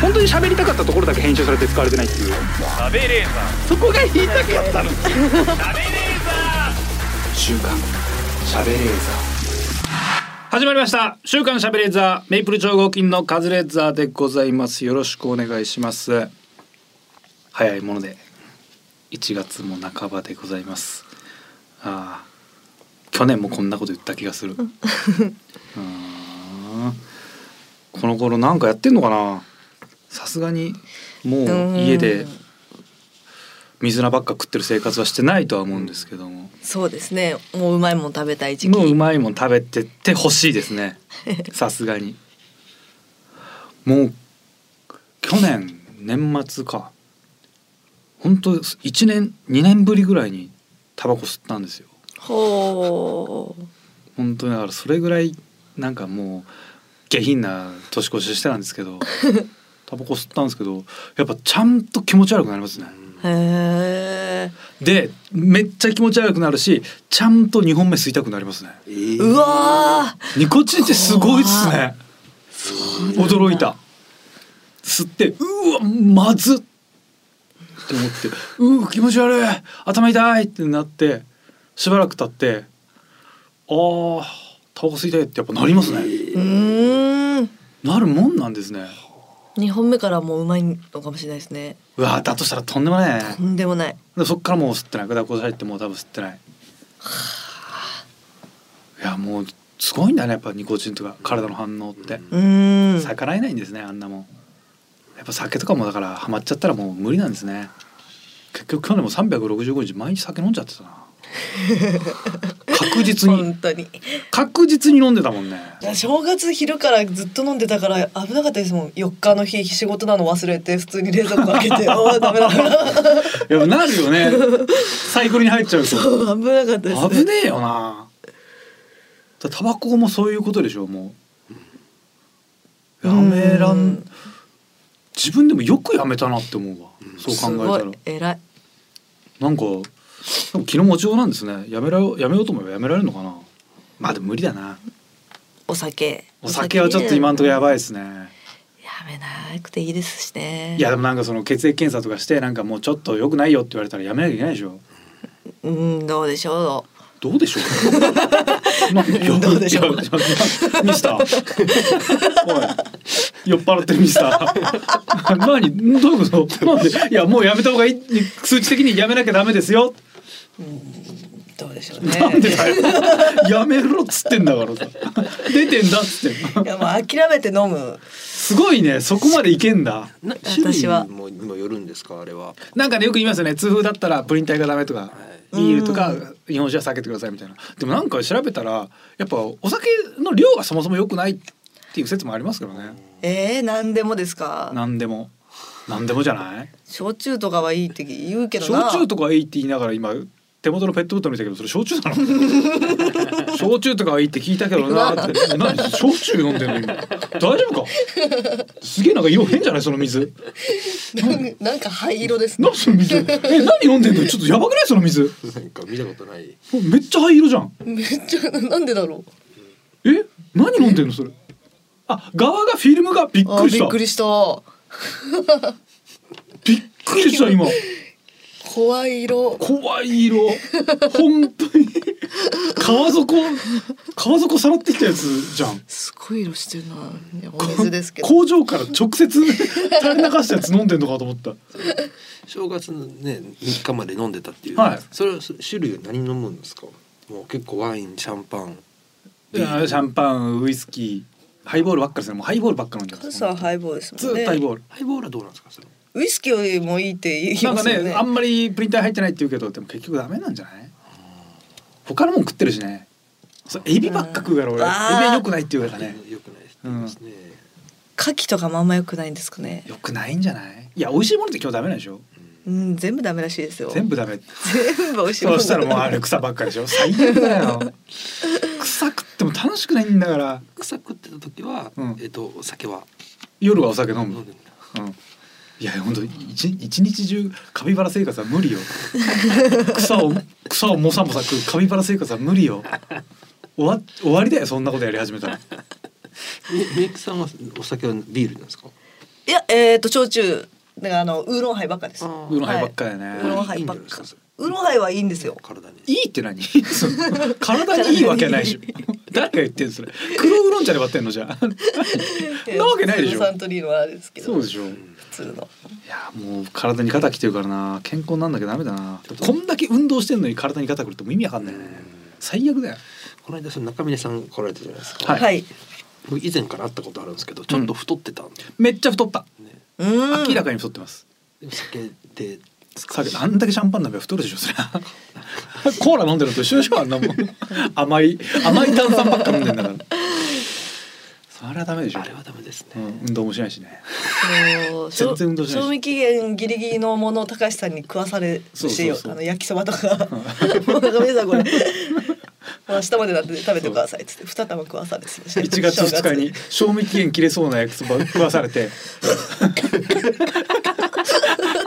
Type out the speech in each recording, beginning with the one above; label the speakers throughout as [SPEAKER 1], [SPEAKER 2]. [SPEAKER 1] 本当に喋りたかったところだけ編集されて使われてないっていう
[SPEAKER 2] 食べレーザ
[SPEAKER 1] そこが言いたかったの
[SPEAKER 2] ー食べレーザ
[SPEAKER 1] 週刊喋レーザ始まりました週刊喋レーザーメイプル超合金のカズレーザーでございますよろしくお願いします早いもので1月も半ばでございますああ去年もこんなこと言った気がするうーんこの頃なんかやってんのかなさすがにもう家で水菜ばっか食ってる生活はしてないとは思うんですけども、
[SPEAKER 3] そうですねもううまいもん食べたい時期
[SPEAKER 1] もううまいもん食べてってほしいです ねさすがにもう去年年末か本当1年2年ぶりぐらいにタバコ吸ったんですよ
[SPEAKER 3] ほう
[SPEAKER 1] 本当にだからそれぐらいなんかもう下品な年越ししてたんですけ どタバコ吸ったんですけどやっぱちゃんと気持ち悪くなりますね
[SPEAKER 3] へえ
[SPEAKER 1] でめっちゃ気持ち悪くなるしちゃんと2本目吸いたくなりますね
[SPEAKER 2] ー
[SPEAKER 3] うわー
[SPEAKER 1] ニコチンってすごいっすね。驚いた。吸って、うわ、まずっ。って思って、うう、気持ち悪い、頭痛いってなって。しばらく経って。あータバコ吸いたいってやっぱなりますね。
[SPEAKER 3] うーん
[SPEAKER 1] なるもんなんですね。
[SPEAKER 3] 二本目からもううまいのかもしれないですね
[SPEAKER 1] うわ、だとしたらとんでもないね。
[SPEAKER 3] とんでもない
[SPEAKER 1] でそっからもう吸ってないだからこう入ってもう多分吸ってないいやもうすごいんだねやっぱニコチンとか体の反応って、
[SPEAKER 3] うーん
[SPEAKER 1] 逆らえないんですねあんなもんやっぱ酒とかもだからハマっちゃったらもう無理なんですね結局去年も365日毎日酒飲んじゃってたな確実に
[SPEAKER 3] 本当に
[SPEAKER 1] 確実に飲んでたもんね
[SPEAKER 3] いや正月昼からずっと飲んでたから危なかったですもん4日の日仕事なの忘れて普通に冷蔵庫開け てあーダメだ
[SPEAKER 1] いやなるよねサイクルに入っちゃうと
[SPEAKER 3] 危なかったですね
[SPEAKER 1] 危ねえよなだタバコもそういうことでしょもうやめら
[SPEAKER 3] うんん
[SPEAKER 1] 自分でもよくやめたなって思うわ、
[SPEAKER 2] ん
[SPEAKER 1] そう考えたら
[SPEAKER 3] えらい
[SPEAKER 1] なんかでも昨日持ちようなんですねやめらよやめようと思えばやめられるのかなまあでも無理だな
[SPEAKER 3] お酒
[SPEAKER 1] お酒はちょっと今んとこやばいですね
[SPEAKER 3] やめなくていいですしね
[SPEAKER 1] いやでもなんかその血液検査とかしてなんかもうちょっと良くないよって言われたらやめなきゃいけないでしょ
[SPEAKER 3] うんどうでしょ
[SPEAKER 1] どうでしょう。 なんで
[SPEAKER 3] どうでしょう
[SPEAKER 1] いやいやミスター。おい酔っ払ってるミスター。 何どういうこと。なんでいやもうやめた方がいい。数値的にやめなきゃダメですよ。
[SPEAKER 3] うどうでしょう
[SPEAKER 1] なんで
[SPEAKER 3] ね
[SPEAKER 1] だよ。やめろっつってんだからさ。出てんだっつってんの。
[SPEAKER 3] いやもう諦めて飲む
[SPEAKER 1] すごいね。そこまでいけんだ。
[SPEAKER 2] な
[SPEAKER 3] 私は
[SPEAKER 2] 種類にもにもよるんですかあれは
[SPEAKER 1] なんかねよく言いますよね。痛風だったらプリン体がダメとか。ビールとか日本酒は避けてくださいみたいな。でもなんか調べたらやっぱお酒の量がそもそも良くないっていう説もありますからね。
[SPEAKER 3] えー、何でもですか
[SPEAKER 1] なんでもなんでもじゃない
[SPEAKER 3] 焼酎とかはいいって言うけどな
[SPEAKER 1] 焼酎とかはいいって言いながら今手元のペットボトル見たけどそれ焼酎なの 焼酎とかはいいって聞いたけどなって何焼酎飲んでんの今大丈夫かすげえなんか色変じゃないその水
[SPEAKER 3] なん なんか灰色ですね
[SPEAKER 1] 何その 水え何飲んでんのちょっとやばくないその水
[SPEAKER 2] なんか見たことない
[SPEAKER 1] めっちゃ灰色じゃん
[SPEAKER 3] めっちゃなんでだろう
[SPEAKER 1] え何飲んでんのそれあ側がフィルムがびっく
[SPEAKER 3] あー
[SPEAKER 1] りし
[SPEAKER 3] びったくりした
[SPEAKER 1] びっくりした今
[SPEAKER 3] 怖い色
[SPEAKER 1] 怖い色本当に川底川底さらってきたやつじゃん
[SPEAKER 3] すごい色してるないやお 水ですけど
[SPEAKER 1] 工場から直接垂れ流したやつ飲んでんのかと思った
[SPEAKER 2] 正月のね3日まで飲んでたっていう、
[SPEAKER 1] はい
[SPEAKER 2] それはそ種類は何飲むんですかもう結構ワインシャンパン
[SPEAKER 1] いやシャンパンウイスキーハイボールばっかりですねもうハイボールばっかり飲んで
[SPEAKER 3] カズ
[SPEAKER 1] ます
[SPEAKER 3] さんハイボールです
[SPEAKER 1] ず
[SPEAKER 3] もん
[SPEAKER 1] っとハイ
[SPEAKER 3] ね
[SPEAKER 1] ボール、
[SPEAKER 2] ハイボールはどうなんですかそれ
[SPEAKER 3] ウイスキーよりもいいって言 い
[SPEAKER 1] なん
[SPEAKER 3] ま
[SPEAKER 1] か
[SPEAKER 3] すよ
[SPEAKER 1] ね
[SPEAKER 3] ね
[SPEAKER 1] あんまりプリンター入ってないって言うけどでも結局ダメなんじゃない他のもん食ってるしねそうエビばっか食うから俺
[SPEAKER 3] うんあー
[SPEAKER 1] エビ良くないって言うからね
[SPEAKER 2] よくないですって言いますね、
[SPEAKER 3] 牡蠣とかもあんま良くないんですかね
[SPEAKER 1] 良くないんじゃないいや美味しいものって今日ダメなんでしょ
[SPEAKER 3] うん全部ダメらしいですよ
[SPEAKER 1] 全部ダメ
[SPEAKER 3] 全部美味しいも
[SPEAKER 1] そう
[SPEAKER 3] ん
[SPEAKER 1] したらもうあれ草ばっかりでし ょ最悪だよ草食っても楽しくないんだから
[SPEAKER 2] 草食ってた時は、
[SPEAKER 1] うん
[SPEAKER 2] えっとお酒は
[SPEAKER 1] 夜はお酒飲む、
[SPEAKER 2] 飲
[SPEAKER 1] うんん
[SPEAKER 2] でんだ
[SPEAKER 1] いや本当一一日中カピバラ生活は無 理よ草を草をもさもさ食うカピバラ生活は無理よ終わ終わりだよそんなことやり始めたら
[SPEAKER 2] みみゆきさんはお酒はビールなんですか
[SPEAKER 3] いやえっ、と焼酎だからあのウーロンハイばっかです。ウー
[SPEAKER 2] あ
[SPEAKER 1] ウーロンハイばっかやね、
[SPEAKER 3] ロン
[SPEAKER 2] は
[SPEAKER 3] ハイばっ
[SPEAKER 2] いいんじゃ
[SPEAKER 3] か
[SPEAKER 2] ないですかそれ。
[SPEAKER 3] ウーロンハイはいいんですよ。
[SPEAKER 2] 体に
[SPEAKER 1] いいって何 その体にいいわけないでしょ誰が言ってんのそれ黒ウーロン茶で割ってんのじゃあなわけないでしょ
[SPEAKER 3] サントリーのあれですけど。
[SPEAKER 1] そうでしょい
[SPEAKER 3] 普通の。
[SPEAKER 1] やもう体に肩きてるからな健康なんなきゃダメだなこんだけ運動してんのに体に肩くるってもう意味わかんないよね最悪だよ
[SPEAKER 2] この間その中峰さん来られたじゃないですか、
[SPEAKER 1] はい
[SPEAKER 3] はい。
[SPEAKER 2] 僕以前から会ったことあるんですけどちょっと太ってたんで、
[SPEAKER 1] めっちゃ太った
[SPEAKER 2] ね
[SPEAKER 3] うーん。
[SPEAKER 1] 明らかに太ってます、
[SPEAKER 2] でも酒で
[SPEAKER 1] さあんだけシャンパン鍋は太るでしょそれ コーラ飲んでるのと一緒でしょあんな もん甘い甘い炭酸ばっか飲んでんだからそれはダメでしょ
[SPEAKER 2] あれはダメです
[SPEAKER 1] う
[SPEAKER 2] ね、
[SPEAKER 1] ん、運動もしないしね
[SPEAKER 3] そうしょ
[SPEAKER 1] 全然運動しないし
[SPEAKER 3] 賞味期限ギリギリのものを高橋さんに食わされる
[SPEAKER 1] そう
[SPEAKER 3] し
[SPEAKER 1] そう
[SPEAKER 3] よ
[SPEAKER 1] そう
[SPEAKER 3] あの焼きそばとかもう中身さんこ れ明日までだって食べてくださいっつって二玉食わされてました
[SPEAKER 1] 1月
[SPEAKER 3] 正
[SPEAKER 1] 2日に賞味期限切れそうな焼きそば食わされて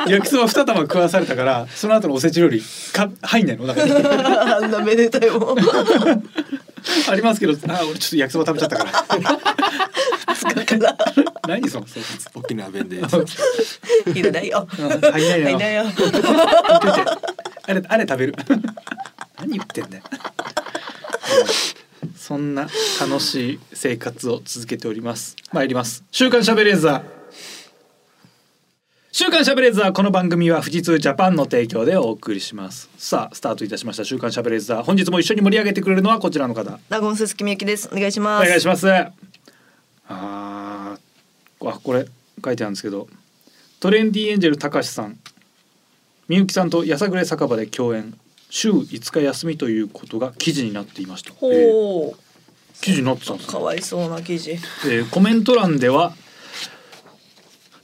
[SPEAKER 1] 焼きそば2玉食わされたからその後のおせち料理か入んないのお腹に
[SPEAKER 3] あんなめでたい もん
[SPEAKER 1] ありますけどあ俺ちょっと焼きそば食べちゃったから
[SPEAKER 3] から
[SPEAKER 1] 何そのそう
[SPEAKER 2] 沖縄弁 で
[SPEAKER 3] いらないよ
[SPEAKER 1] 入んないの
[SPEAKER 3] い
[SPEAKER 1] よ
[SPEAKER 3] ないよ
[SPEAKER 1] 見といてあれあれ食べる 何言ってんだよ そんな楽しい生活を続けております参ります週刊しゃべレーザー週刊しゃべレーザーこの番組は富士通ジャパンの提供でお送りしますさあスタートいたしました週刊しゃべレーザー本日も一緒に盛り上げてくれるのはこちらの方
[SPEAKER 3] ラゴンススキみゆきですお願いし
[SPEAKER 1] お
[SPEAKER 3] ます
[SPEAKER 1] 願いしますあーあこれ書いてあるんですけどトレンディエンジェルたかしさんみゆきさんとやさぐれ酒場で共演週5日休みということが記事になっていました、えー
[SPEAKER 3] ほう、
[SPEAKER 1] 記事になってたんです
[SPEAKER 3] かわいそうな記事
[SPEAKER 1] えーコメント欄では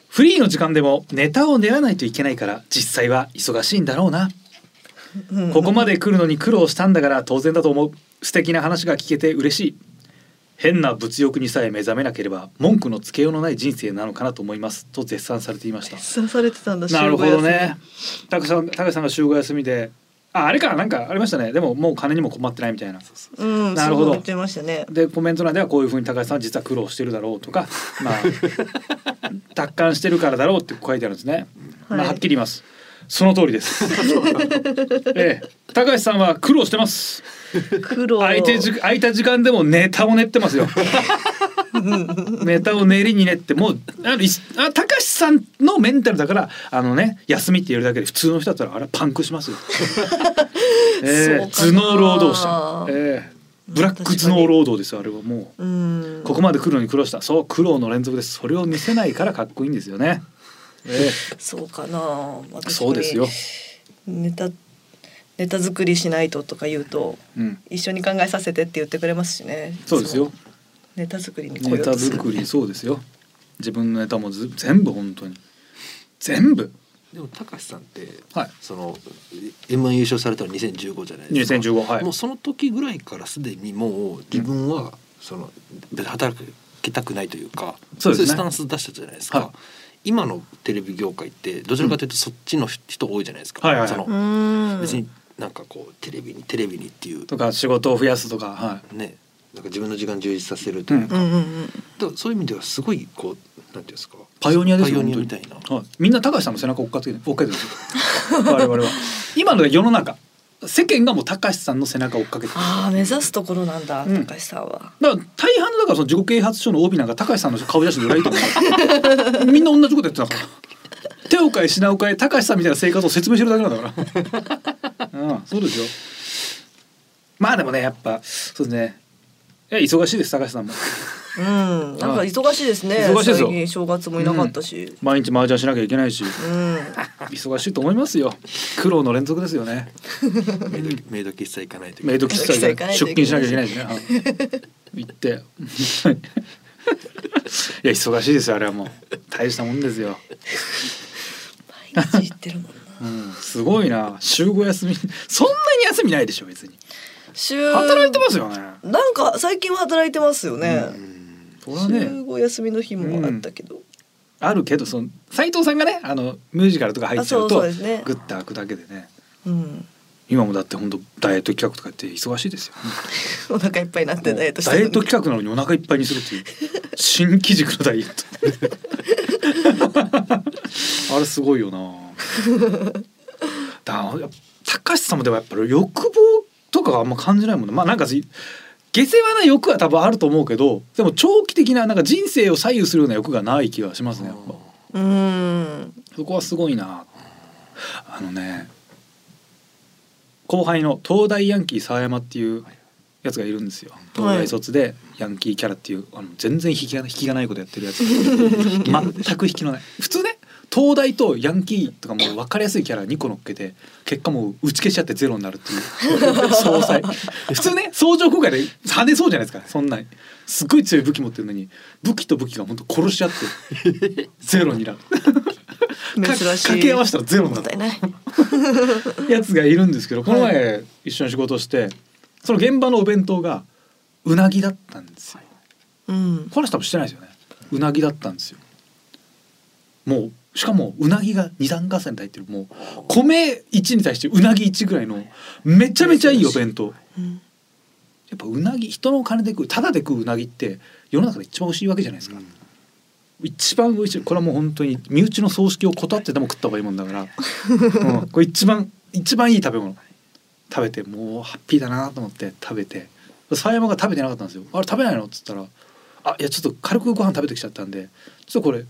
[SPEAKER 1] フリーの時間でもネタを練らないといけないから実際は忙しいんだろうなここまで来るのに苦労したんだから当然だと思う素敵な話が聞けて嬉しい変な物欲にさえ目覚めなければ文句のつけようのない人生なのかなと思いますと絶賛されていました
[SPEAKER 3] 刺されてたんだ
[SPEAKER 1] なるほ
[SPEAKER 3] 週
[SPEAKER 1] ど
[SPEAKER 3] 五
[SPEAKER 1] ねたかさんたかさんが週5休みでああれかなんかありましたねでももう金にも困ってないみたいな
[SPEAKER 3] 休みうん
[SPEAKER 1] なるほど
[SPEAKER 3] そう言ってましたね
[SPEAKER 1] でコメント欄ではこういうふうに高橋さんは実は苦労してるだろうと か、まあ、達観してるからだろうって書いてあるんですね。
[SPEAKER 3] はい
[SPEAKER 1] まあ、はっきり言います。その通り です。ええ、高橋さんは苦労してます。
[SPEAKER 3] 苦労
[SPEAKER 1] 空いてじ空いた時間でもネタを練って ますよ。ネタを練りに練ってもうあのいあ高橋さんのメンタルだからあのね休みって言えるだけで普通の人だったらあれはパンクし ますよ。ええ
[SPEAKER 3] そうか
[SPEAKER 1] 頭
[SPEAKER 3] な
[SPEAKER 1] 脳労働者。ええ、ブラック頭脳労働ですよあれはもう。
[SPEAKER 3] うん
[SPEAKER 1] ここまで来るのに苦労したそう苦労の連続ですそれを見せないからかっこいいんですよね、え
[SPEAKER 3] そうかな
[SPEAKER 1] え、
[SPEAKER 3] 私
[SPEAKER 1] そうですよ、
[SPEAKER 3] ネタネタ作りしないととか言うと
[SPEAKER 1] うん、
[SPEAKER 3] 一緒に考えさせてって言ってくれますしね
[SPEAKER 1] そうですよ
[SPEAKER 3] ネタ作りに来よ
[SPEAKER 1] ネ
[SPEAKER 3] うと
[SPEAKER 1] タ
[SPEAKER 3] する
[SPEAKER 1] 作りそうですよ自分のネタもず全部本当に全部
[SPEAKER 2] でも高橋さんって
[SPEAKER 1] はい
[SPEAKER 2] その M1 優勝されたの2015じゃないですか
[SPEAKER 1] 2015はい
[SPEAKER 2] もうその時ぐらいからすでにもう自分はその別に働きたくないというか
[SPEAKER 1] そうですね
[SPEAKER 2] いスタンス出したじゃないですか、
[SPEAKER 1] はい
[SPEAKER 2] 今のテレビ業界ってどちらかというとそっちの人多いじゃないですか、
[SPEAKER 1] はいはいはい
[SPEAKER 2] そうの
[SPEAKER 3] ん
[SPEAKER 2] 別になんかこうテレビにテレビにっていう
[SPEAKER 1] とか仕事を増やすとかはい
[SPEAKER 2] ねなんか自分の時間充実させるという
[SPEAKER 3] う
[SPEAKER 2] か,、
[SPEAKER 3] んうん
[SPEAKER 2] そういう意味ではすごいこうなんていうんですか
[SPEAKER 1] パイオニアですよ
[SPEAKER 2] パイオニア
[SPEAKER 1] 本
[SPEAKER 2] み
[SPEAKER 1] 当
[SPEAKER 2] た
[SPEAKER 1] に
[SPEAKER 2] いな
[SPEAKER 1] はい、みんな高橋さんの背中追っかけて追っかけてるんですよ我々は今の世の中世間がもう高橋さんの背中を追っかけてる
[SPEAKER 3] ああ目指すところなんだ、
[SPEAKER 1] うん
[SPEAKER 3] 高橋さんは
[SPEAKER 1] だから大半のだからその自己啓発書の帯なんか高橋さんの顔写真でいと思うみんな同じことやってたから手を変え品を変え高橋さんみたいな生活を説明してるだけなんだからうんそうですよまあでもねやっぱそうですねいや忙しいです高橋さんも
[SPEAKER 3] うんなんか忙しいですね
[SPEAKER 1] 忙しいですよ
[SPEAKER 3] 最近正月もいなかったし
[SPEAKER 1] 毎日麻雀しなきゃいけないし
[SPEAKER 3] うん、
[SPEAKER 1] 忙しいと思いますよ苦労の連続ですよね
[SPEAKER 2] メイドメイド喫茶行かないといけな
[SPEAKER 1] メイ
[SPEAKER 2] い
[SPEAKER 1] ド喫茶
[SPEAKER 3] メイド喫茶行
[SPEAKER 1] で
[SPEAKER 3] かないと
[SPEAKER 1] 出
[SPEAKER 3] い
[SPEAKER 1] 勤
[SPEAKER 3] け
[SPEAKER 1] し
[SPEAKER 3] な
[SPEAKER 1] なきゃ
[SPEAKER 3] い
[SPEAKER 1] い
[SPEAKER 3] し
[SPEAKER 1] けないしねうん行っていや忙し いですよあれはもう大したもんですよ
[SPEAKER 3] 毎日行ってるもんな
[SPEAKER 1] うんすごいな週5休みそんなに休みないでしょ別に
[SPEAKER 3] 週
[SPEAKER 1] 働いてますよね
[SPEAKER 3] なんか最近は働いてますよね、
[SPEAKER 1] それはね
[SPEAKER 3] 週五休みの日もあったけど、
[SPEAKER 1] あるけどその斉藤さんがねあのミュージカルとか入っちゃうと
[SPEAKER 3] あそうそうですね
[SPEAKER 1] グッと開くだけでね
[SPEAKER 3] うん、
[SPEAKER 1] 今もだって本当ダイエット企画とかやって忙しいですよ
[SPEAKER 3] お腹いっぱいになってダイエットして
[SPEAKER 1] ダイエット
[SPEAKER 3] る
[SPEAKER 1] 企画なのにお腹いっぱいにするっていう新機軸のダイエッ トあれすごいよなだやっぱ高橋さんもでもやっぱり欲望とかがあんま感じないもんねまあなんかし下世話な欲は多分あると思うけどでも長期的ななんか人生を左右するような欲がない気がしますねやっぱ
[SPEAKER 3] うーん
[SPEAKER 1] そこはすごいなあのね後輩の東大ヤンキー沢山っていうやつがいるんですよ東大卒でヤンキーキャラっていうあの全然引きが引きがないことやってるやつ全 く引きのない普通ね東大とヤンキーとかもう分かりやすいキャラ2個乗っけて結果もう打ち消しちゃってゼロになるっていう総裁普通ね相乗効果で跳ねそうじゃないですかそんなんすっごい強い武器持ってるのに武器と武器が本当殺し合って ゼロになる
[SPEAKER 3] 珍
[SPEAKER 1] か
[SPEAKER 3] しい
[SPEAKER 1] 掛け合わせたらゼロにな
[SPEAKER 3] 問
[SPEAKER 1] る
[SPEAKER 3] 題ない
[SPEAKER 1] やつがいるんですけどこの前、一緒に仕事してその現場のお弁当がうなぎだったんですよ
[SPEAKER 3] うん
[SPEAKER 1] この人多分してないですよねうなぎだったんですよもうしかもうなぎが二段重ねで入ってるもう米1に対してうなぎ1ぐらいのめちゃめちゃいいお弁当
[SPEAKER 3] うん
[SPEAKER 1] やっぱうなぎ人のお金で食うただで食ううなぎって世の中で一番美味しいわけじゃないですか、一番美味しいこれはもう本当に身内の葬式を断ってでも食った方がいいもんだから、うん、これ一番一番いい食べ物食べてもうハッピーだなと思って食べて狭山が食べてなかったんですよ「あれ食べないの?」っつったら「あいやちょっと軽くご飯食べてきちゃったんでちょっとこれ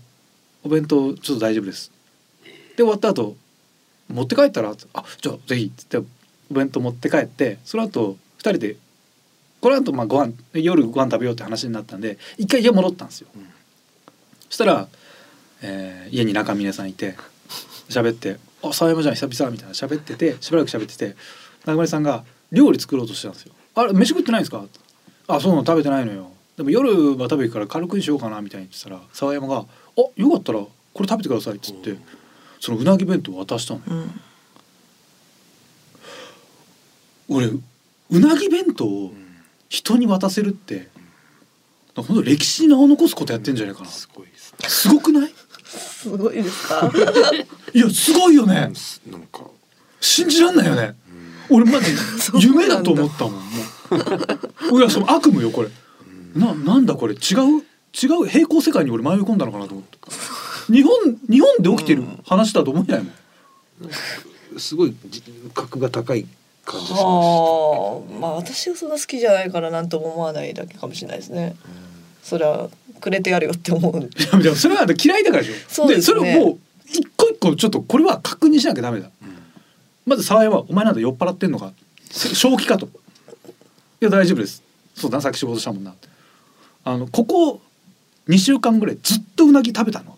[SPEAKER 1] お弁当ちょっと大丈夫です」で終わった後持って帰ったら「あじゃあぜひ」っつってお弁当持って帰ってその後二人でこの後まあご飯夜ご飯食べようって話になったんで一回家戻ったんですよ。
[SPEAKER 2] うん
[SPEAKER 1] そしたら、えー家に中峰さんいて喋って「あ沢山じゃん久々」みたいな喋っててしばらく喋ってて中村さんが料理作ろうとしてたんですよ。あれ飯食ってないんですかってあそうなの食べてないのよ。でも夜は食べ行くから軽くにしようかなみたいに言ってたら沢山が「あよかったらこれ食べてください」っつってそのうなぎ弁当を渡したのよ。
[SPEAKER 3] うん
[SPEAKER 1] 俺うなぎ弁当を
[SPEAKER 2] うん
[SPEAKER 1] 人に渡せるって本当歴史に名を残すことやってんじゃないかな
[SPEAKER 2] すごいですね
[SPEAKER 1] すごくない
[SPEAKER 3] すごい ですか
[SPEAKER 1] いやすごいよ
[SPEAKER 2] な
[SPEAKER 1] ね
[SPEAKER 2] んすなんか、
[SPEAKER 1] 信じらんないよね
[SPEAKER 2] うん
[SPEAKER 1] 俺マジ
[SPEAKER 3] そうなんだ
[SPEAKER 1] 夢だと思ったもんもういやその悪夢よこれななんだこれ違う違う平行世界に俺迷い込んだのかなと思った日本日本で起きてる話だと思えないもん
[SPEAKER 2] すごいじ格が高い感じがしました
[SPEAKER 3] はあまあ私はそんな好きじゃないからなんとも思わないだけかもしれないですねそれはくれてやるよって思う
[SPEAKER 1] いやいやそれは嫌いだからでしょ
[SPEAKER 3] そうですね
[SPEAKER 1] それをもう一個一個ちょっとこれは確認しなきゃダメだ
[SPEAKER 2] うんうん
[SPEAKER 1] まず沢井は「お前なんだ酔っ払ってんのか正気か」と「いや大丈夫ですそうだなさっき仕事したもんな」あのここ2週間ぐらいずっとうなぎ食べたの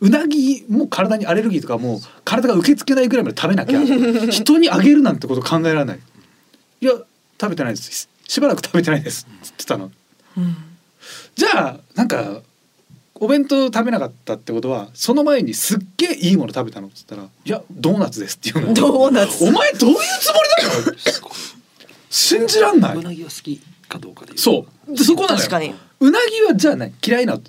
[SPEAKER 1] うなぎも体にアレルギーとかもう体が受け付けないぐらいまで食べな きゃ人にあげるなんてこと考えられない「いや食べてないですししばらく食べてないです」っつってたの
[SPEAKER 3] うん
[SPEAKER 1] じゃあなんかお弁当食べなかったってことはその前にすっげえいいもの食べたのっつったら「いやドーナツです」っていうの
[SPEAKER 3] ドーナツ
[SPEAKER 1] お前どういうつもりだよ
[SPEAKER 2] すごい
[SPEAKER 1] 信じらんな
[SPEAKER 2] う
[SPEAKER 1] い
[SPEAKER 2] なぎは好きかどうかで言
[SPEAKER 1] そうでそこなのよ
[SPEAKER 3] 確かに
[SPEAKER 1] うなぎはじゃあね嫌いなの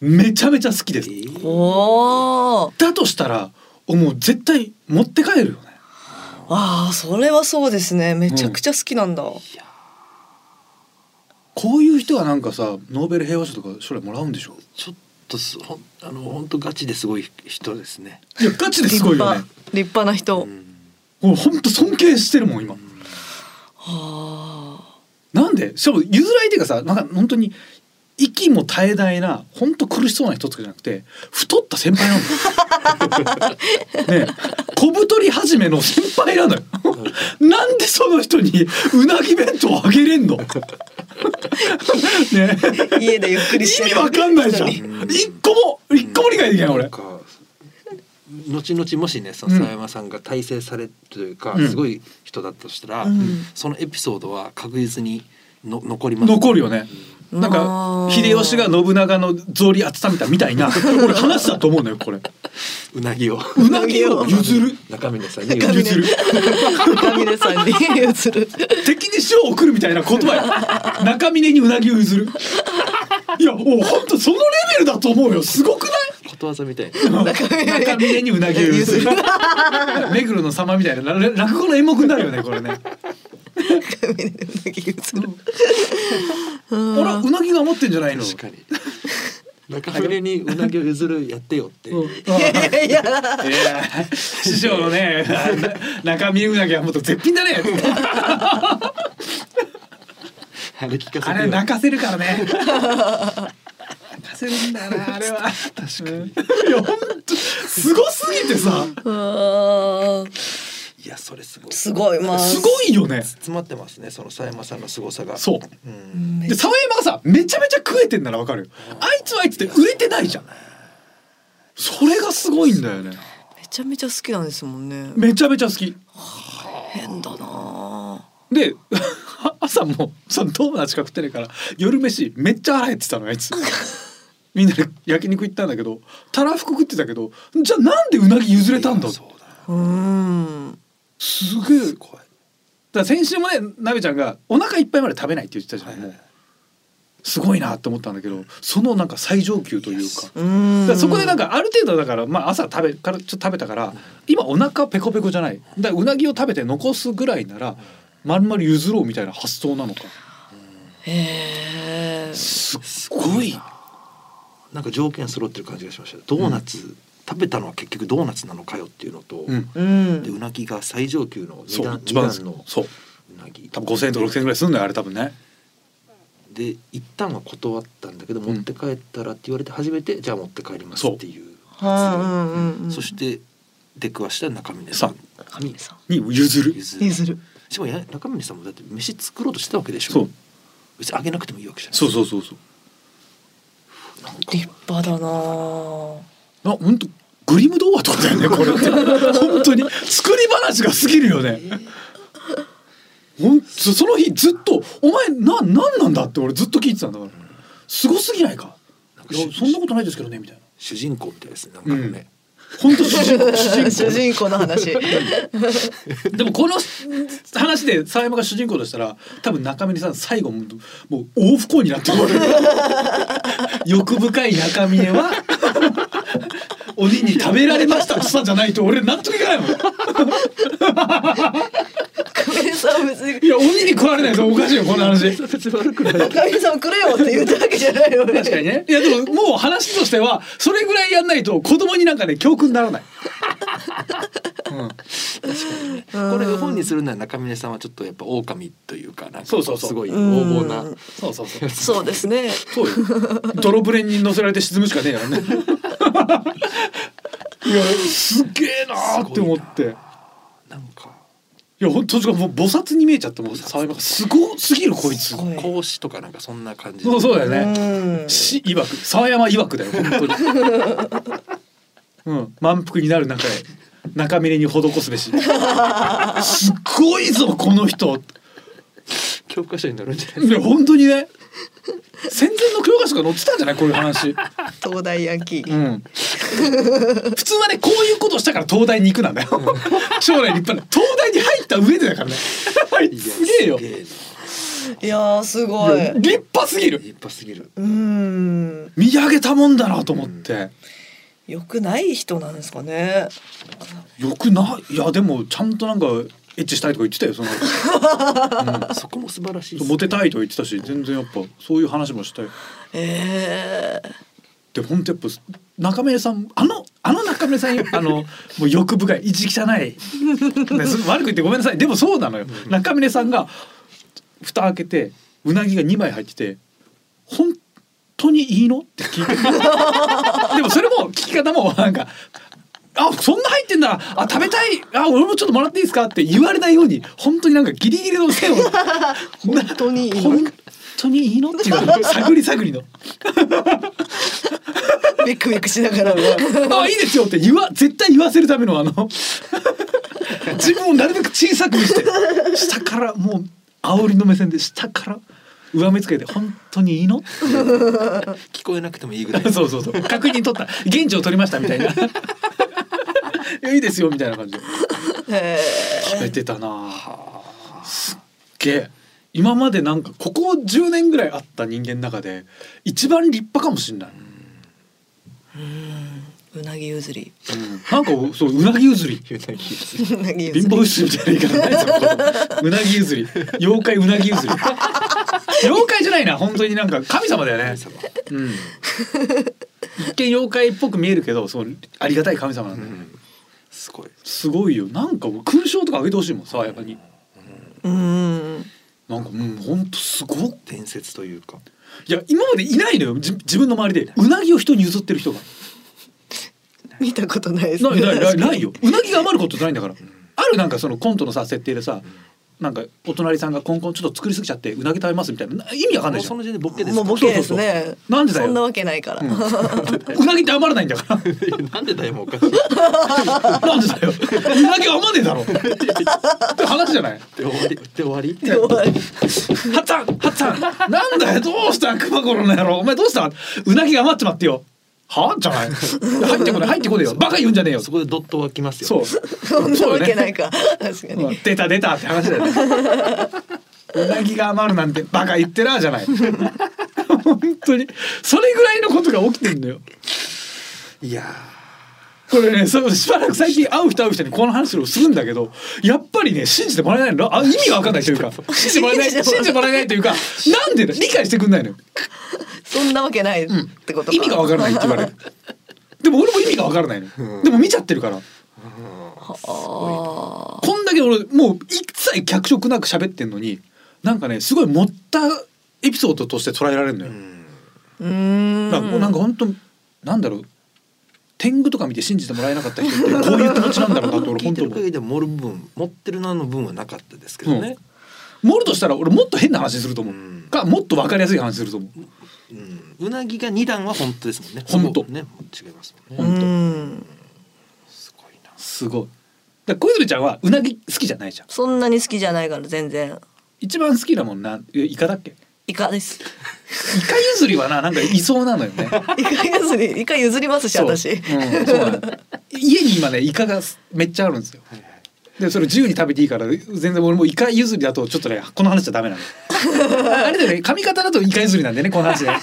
[SPEAKER 1] めちゃめちゃ好きです、
[SPEAKER 2] えー
[SPEAKER 3] おー
[SPEAKER 1] だとしたらもう絶対持って帰るよね
[SPEAKER 3] ああそれはそうですねめちゃくちゃ好きなんだ、
[SPEAKER 1] こういう人はなんかさノーベル平和賞とか将来もらうんでしょ
[SPEAKER 2] ちょっとすほんあの本当ガチですごい人ですね。
[SPEAKER 1] いやガチです
[SPEAKER 3] 立
[SPEAKER 1] ごいよ
[SPEAKER 3] 派
[SPEAKER 1] ね
[SPEAKER 3] 立派な人、
[SPEAKER 2] うん
[SPEAKER 1] 俺ほんと尊敬してるもん今
[SPEAKER 3] はあ
[SPEAKER 1] なんでしかも譲らいていうかさなんか本当に息も絶え絶えな本当苦しそうな人とかじゃなくて太った先輩なのよ。ね え小太り始めの先輩なのよ。なんでその人にうなぎ弁当あげれんのねえ
[SPEAKER 3] 家でゆっく
[SPEAKER 1] 意
[SPEAKER 3] りして
[SPEAKER 1] 味
[SPEAKER 3] る
[SPEAKER 1] わかんないじゃん。
[SPEAKER 3] 人に
[SPEAKER 1] 一個も一個も理解できない
[SPEAKER 2] な
[SPEAKER 1] 俺
[SPEAKER 2] ん。か後々もしねその
[SPEAKER 1] うん
[SPEAKER 2] 佐山さんが大成されるというか、
[SPEAKER 1] うん
[SPEAKER 2] すごい人だとしたら、
[SPEAKER 3] うん
[SPEAKER 2] そのエピソードは確実にの残ります。
[SPEAKER 1] 残るよね。
[SPEAKER 3] うん
[SPEAKER 1] なん
[SPEAKER 3] あ
[SPEAKER 1] か
[SPEAKER 3] ー
[SPEAKER 1] 秀吉が信長の草履集めたみたいな俺話だと思うのよこれ。
[SPEAKER 2] うなぎを
[SPEAKER 1] うなぎを譲る
[SPEAKER 2] 中峰さんに
[SPEAKER 1] 譲る。
[SPEAKER 3] 中峰さんに移る
[SPEAKER 1] 敵に塩を送るみたいな言葉よ 中峰にうなぎを譲るいやもうほんとそのレベルだと思うよすごくない
[SPEAKER 2] ことわざみたいな。
[SPEAKER 1] 中峰にうなぎを譲る目黒の様みたいなら落語の演目になるよねこれね
[SPEAKER 3] 中峰でうなぎ移る
[SPEAKER 1] あらうなぎが余ってんじゃないの
[SPEAKER 2] 確かに中船にうなぎを譲るやってよって、
[SPEAKER 1] うん
[SPEAKER 3] いやいやいや
[SPEAKER 1] いや師匠のねな中身うなぎはもっと絶品だね
[SPEAKER 2] あれ聞かせて
[SPEAKER 1] あ
[SPEAKER 2] よ
[SPEAKER 1] れ泣かせるからね泣かせるんだよなあれは確かにいや本当すごすぎてさ
[SPEAKER 3] あー
[SPEAKER 2] いやそれすごい
[SPEAKER 3] すごいまあ
[SPEAKER 1] すごいよね
[SPEAKER 2] 詰まってますねその狭山さんの凄さが
[SPEAKER 1] そう
[SPEAKER 2] う
[SPEAKER 3] うんん
[SPEAKER 1] で沢山がさめちゃめちゃ食えてんならわかるよあいつはあいつで売れてないじゃんそれがすごいんだよね
[SPEAKER 3] めちゃめちゃ好きなんですもんね
[SPEAKER 1] めちゃめちゃ好き
[SPEAKER 3] 変だな
[SPEAKER 1] で 朝もそのドーナツしか食ってないから夜飯めっちゃ腹減ってたのあ いつみんなで焼肉行ったんだけどたらふく食ってたけどじゃあなんでうなぎ譲れたんだ
[SPEAKER 2] いや
[SPEAKER 1] す
[SPEAKER 2] そうだ
[SPEAKER 3] うーん
[SPEAKER 1] げえ
[SPEAKER 2] す
[SPEAKER 1] だか
[SPEAKER 2] ごい
[SPEAKER 1] ら先週もねなべちゃんがお腹いっぱいまで食べないって言ってたじゃん、
[SPEAKER 2] はいはい
[SPEAKER 1] もうすごいなって思ったんだけどそのなんか最上級という
[SPEAKER 2] い
[SPEAKER 1] か
[SPEAKER 2] やす
[SPEAKER 1] だ
[SPEAKER 3] う
[SPEAKER 1] か
[SPEAKER 3] ー
[SPEAKER 1] ら
[SPEAKER 3] ん
[SPEAKER 1] そこでなんかある程度だから、まあ、朝食べからちょっと食べたから今お腹ペコペコじゃないだからうなぎを食べて残すぐらいならまるまる譲ろうみたいな発想なのか
[SPEAKER 3] へえ
[SPEAKER 1] すっ
[SPEAKER 2] す
[SPEAKER 1] ご
[SPEAKER 2] ご
[SPEAKER 1] い
[SPEAKER 2] いなんか条件揃ってる感じがしましたドーナツ、食べたのは結局ドーナツなのかよっていうのと、
[SPEAKER 1] うん
[SPEAKER 3] う
[SPEAKER 2] でうんなぎが最上級の
[SPEAKER 1] そ
[SPEAKER 2] 二
[SPEAKER 1] う
[SPEAKER 2] 段
[SPEAKER 1] 一
[SPEAKER 2] 二
[SPEAKER 1] 番
[SPEAKER 2] 段の
[SPEAKER 1] そう
[SPEAKER 2] うなぎ
[SPEAKER 1] 多分5,000円とか6,000円ぐらいするんだよあれ多分ね
[SPEAKER 2] で一旦は断ったんだけど
[SPEAKER 1] うん
[SPEAKER 2] 持って帰ったらって言われて初めて、じゃあ持って帰ります
[SPEAKER 1] そう
[SPEAKER 2] っていう
[SPEAKER 3] はいうんうんうん
[SPEAKER 2] そして出くわした中峰さん
[SPEAKER 3] 中峰さん
[SPEAKER 1] に譲る
[SPEAKER 2] 譲る
[SPEAKER 3] 譲る
[SPEAKER 2] しかもや中峰さんもだって飯作ろうとしてたわけでしょ
[SPEAKER 1] そう
[SPEAKER 2] 別にあげなくてもいいわけじゃない
[SPEAKER 1] そうそうそうそう
[SPEAKER 2] なんか
[SPEAKER 3] 立派だなあ
[SPEAKER 1] あ本当グリム童話とかだよねこれって本当に作り話が過ぎるよねほんそその日ずっと「お前な何なんだ?」って俺ずっと聞いてたんだからすごすぎないか
[SPEAKER 2] なん
[SPEAKER 1] い
[SPEAKER 2] か
[SPEAKER 1] やそんなことないですけどねみたいな
[SPEAKER 2] 主人公みたいですねなんかね、
[SPEAKER 1] 本当主人公
[SPEAKER 3] 主人公の話
[SPEAKER 1] でもこの話で沢山が主人公としたら多分中峰さん最後もうもう大不幸になって終わる欲深い中峰は鬼に食べられましたってさじゃないと俺納得いかないもん
[SPEAKER 3] 中峰さんは別に
[SPEAKER 1] いや鬼に食われないとおかしいよこの話
[SPEAKER 2] 別に悪くない
[SPEAKER 3] 中峰さんもくれよって言ったわけじゃないよね
[SPEAKER 1] 確かにねいやでももう話としてはそれぐらいやんないと子供になんかね教訓にならない、うん、
[SPEAKER 2] これを本にするなら中峰さんはちょっとやっぱ狼というかなんか
[SPEAKER 1] そうそうそう
[SPEAKER 2] すごい
[SPEAKER 3] う
[SPEAKER 2] 横
[SPEAKER 3] ん
[SPEAKER 2] 暴な
[SPEAKER 1] そうそうそう
[SPEAKER 3] そうですね
[SPEAKER 1] そうよ。泥船に乗せられて沈むしかねえからね。 いや、すげえなーって思って。い
[SPEAKER 2] なんか
[SPEAKER 1] や、本当、もう菩薩に見えちゃって、もう、沢山がすごすぎる、こいつ
[SPEAKER 3] す。ごい
[SPEAKER 2] 孔子とかなんかそんな感じ
[SPEAKER 1] そう、そうだよ
[SPEAKER 3] う
[SPEAKER 1] ね。
[SPEAKER 3] ん
[SPEAKER 1] し、いわく、沢山いわくだよ、本当に。うん、満腹になる中で。中身に施すべ し。すっごいぞ、この人。
[SPEAKER 2] 教科書に載るん じゃない
[SPEAKER 1] いや、本当にね。戦前の教科書が載ってたんじゃない、こういう話。
[SPEAKER 3] 東大ヤンキー
[SPEAKER 1] うん、普通はねこういうことをしたから東大に行くなんだよ将来立派な東大に入った上でだからねすげえよ
[SPEAKER 2] いや
[SPEAKER 1] 立
[SPEAKER 2] すげえない
[SPEAKER 3] やーすごい
[SPEAKER 1] 派すぎる
[SPEAKER 2] 立派すぎる
[SPEAKER 3] うん
[SPEAKER 1] 見上げたもんだなと思って、
[SPEAKER 3] 良くない人なんですかね
[SPEAKER 1] よくないいやでもちゃんとなんかエッチしたいとか言ってたよその、
[SPEAKER 2] そこも素晴らしい
[SPEAKER 1] うんモテ
[SPEAKER 2] い
[SPEAKER 1] たいとか言ってたし全然やっぱそういう話もしたよ
[SPEAKER 3] ええ
[SPEAKER 1] で本当やっぱ中村さんあのあの中村さん あのもう欲深い意地汚い、ねす悪く言ってごめんなさいでもそうなのよ、中村さんが蓋開けてうなぎが2枚入ってて「本当にいいの?」って聞いて でもそれも聞き方もなんか「あそんな入ってんだあ食べたいあ俺もちょっともらっていいですか?」って言われないように本当になんかギリギリの線を 本
[SPEAKER 3] 当にいいの
[SPEAKER 1] 本当にいいのっていうの探り探りの。
[SPEAKER 3] ビクビクしながら
[SPEAKER 1] あいいですよって言わ絶対言わせるためのあの 自分をなるべく小さくして下からもう煽りの目線で下から上目つけて本当にいいの
[SPEAKER 2] 聞こえなくてもいいぐらい
[SPEAKER 1] そうそうそう確認取った現地を取りましたみたいな いやいいですよみたいな感じで
[SPEAKER 3] え
[SPEAKER 1] 食べてたなすっげえ今までなんかここ10年ぐらいあった人間の中で一番立派かもしれない、
[SPEAKER 3] ーうなぎ譲り
[SPEAKER 1] うんなんかそううなぎ譲り
[SPEAKER 2] 言えない気がする
[SPEAKER 3] うなぎ譲
[SPEAKER 1] 貧
[SPEAKER 3] り
[SPEAKER 1] 乏ゆすりみたいな言い方ないですよ。このうなぎ譲り、妖怪うなぎ譲り。妖怪じゃないな本当になんか神様だよね
[SPEAKER 2] 神、様
[SPEAKER 1] うん、一見妖怪っぽく見えるけどそうありがたい神様なん
[SPEAKER 2] う
[SPEAKER 1] だよ、ね
[SPEAKER 2] んすごい
[SPEAKER 1] すごいよなんかもう勲章とかあげてほしいもん爽やかに
[SPEAKER 3] うん。
[SPEAKER 1] なんかもうほんとすごっ
[SPEAKER 2] 伝説というか
[SPEAKER 1] いや今までいないのよじ自分の周りでうなぎを人に譲ってる人が
[SPEAKER 3] 見たことないです
[SPEAKER 1] ない
[SPEAKER 3] ね。
[SPEAKER 1] ないない
[SPEAKER 3] 確かに
[SPEAKER 1] ないよ。うなぎが余ることじゃないんだからあるなんかそのコントのさ設定でさなんかお隣さんがコンコンちょっと作りすぎちゃってうなぎ食べますみたいなな意味わかんない
[SPEAKER 2] も
[SPEAKER 1] うじゃ
[SPEAKER 2] そ
[SPEAKER 1] ん
[SPEAKER 2] の時点でボケです
[SPEAKER 3] もうボケです
[SPEAKER 1] そう
[SPEAKER 3] ね。
[SPEAKER 1] なんでだよ
[SPEAKER 3] そんなわけないから。
[SPEAKER 1] うんうなぎって余らないんだから
[SPEAKER 2] なんでだよもう おかしいっ
[SPEAKER 1] なんでだようなぎ余んねえだろって話じゃない
[SPEAKER 2] て終わりって終わり
[SPEAKER 1] でハッタンハッタンなんだよどうした熊五郎の野郎お前どうしたうなぎが余ってまってよはあじゃない入ってこない入ってこねえよバカ言うんじゃねえよ
[SPEAKER 2] そこでドット湧きますよ
[SPEAKER 1] そう
[SPEAKER 3] そんなわけないいか。確かに。
[SPEAKER 1] 出た出たって話だよねうなぎが余るなんてバカ言ってなじゃない本当にそれぐらいのことが起きてんだよ
[SPEAKER 2] いや
[SPEAKER 1] これねそうしばらく最近会う人会う人にこの話をするんだけどやっぱりね信じてもらえないのあ意味が分かんないという か信じてもらえない信じてもらえないというかなんでだ理解してくんないのよ
[SPEAKER 3] そんなわけないってことか。
[SPEAKER 1] 意味が分からないって言われるでも俺も意味が分からないの、
[SPEAKER 2] うん
[SPEAKER 1] でも見ちゃってるから
[SPEAKER 3] あ
[SPEAKER 1] こんだけ俺もう一切脚色なく喋ってんのになんかねすごい持ったエピソードとして捉えられるのよ、
[SPEAKER 2] うん
[SPEAKER 3] ーうーん。
[SPEAKER 1] なんかなんか本当なんだろう天狗とか見て信じてもらえなかった人ってこういう気持ちなんだろうなって俺
[SPEAKER 2] 聞い
[SPEAKER 1] 本
[SPEAKER 2] て
[SPEAKER 1] 当
[SPEAKER 2] る
[SPEAKER 1] 思う
[SPEAKER 2] 限りでも盛る分持ってるなの分はなかったですけどね、
[SPEAKER 1] モルとしたら俺もっと変な話すると思う、
[SPEAKER 2] うん
[SPEAKER 1] かもっと分かりやすい話すると思う
[SPEAKER 2] うんうなぎが二段は本当ですもんね
[SPEAKER 1] 本当
[SPEAKER 2] ほぼねもう違いますもん
[SPEAKER 1] ほ
[SPEAKER 2] ね、
[SPEAKER 1] んと
[SPEAKER 3] うん。
[SPEAKER 2] すごいな
[SPEAKER 1] すごいだから小泉ちゃんはうなぎ好きじゃないじゃん
[SPEAKER 3] そんなに好きじゃないから全然。
[SPEAKER 1] 一番好きなもんなんえイカだっけ
[SPEAKER 3] イカです。
[SPEAKER 1] イカ譲りはななんかいそうなのよね
[SPEAKER 3] イカ 譲り、イカ譲りますし、
[SPEAKER 1] そう
[SPEAKER 3] 私。
[SPEAKER 1] うんそうなの 家に今ねイカがめっちゃあるんですよ
[SPEAKER 2] はいはい
[SPEAKER 1] でそれ自由に食べていいから全然俺もイカ譲りだとちょっとねこの話じゃダメなのあれだよね髪型だとイカ譲りなんでねこの 話であ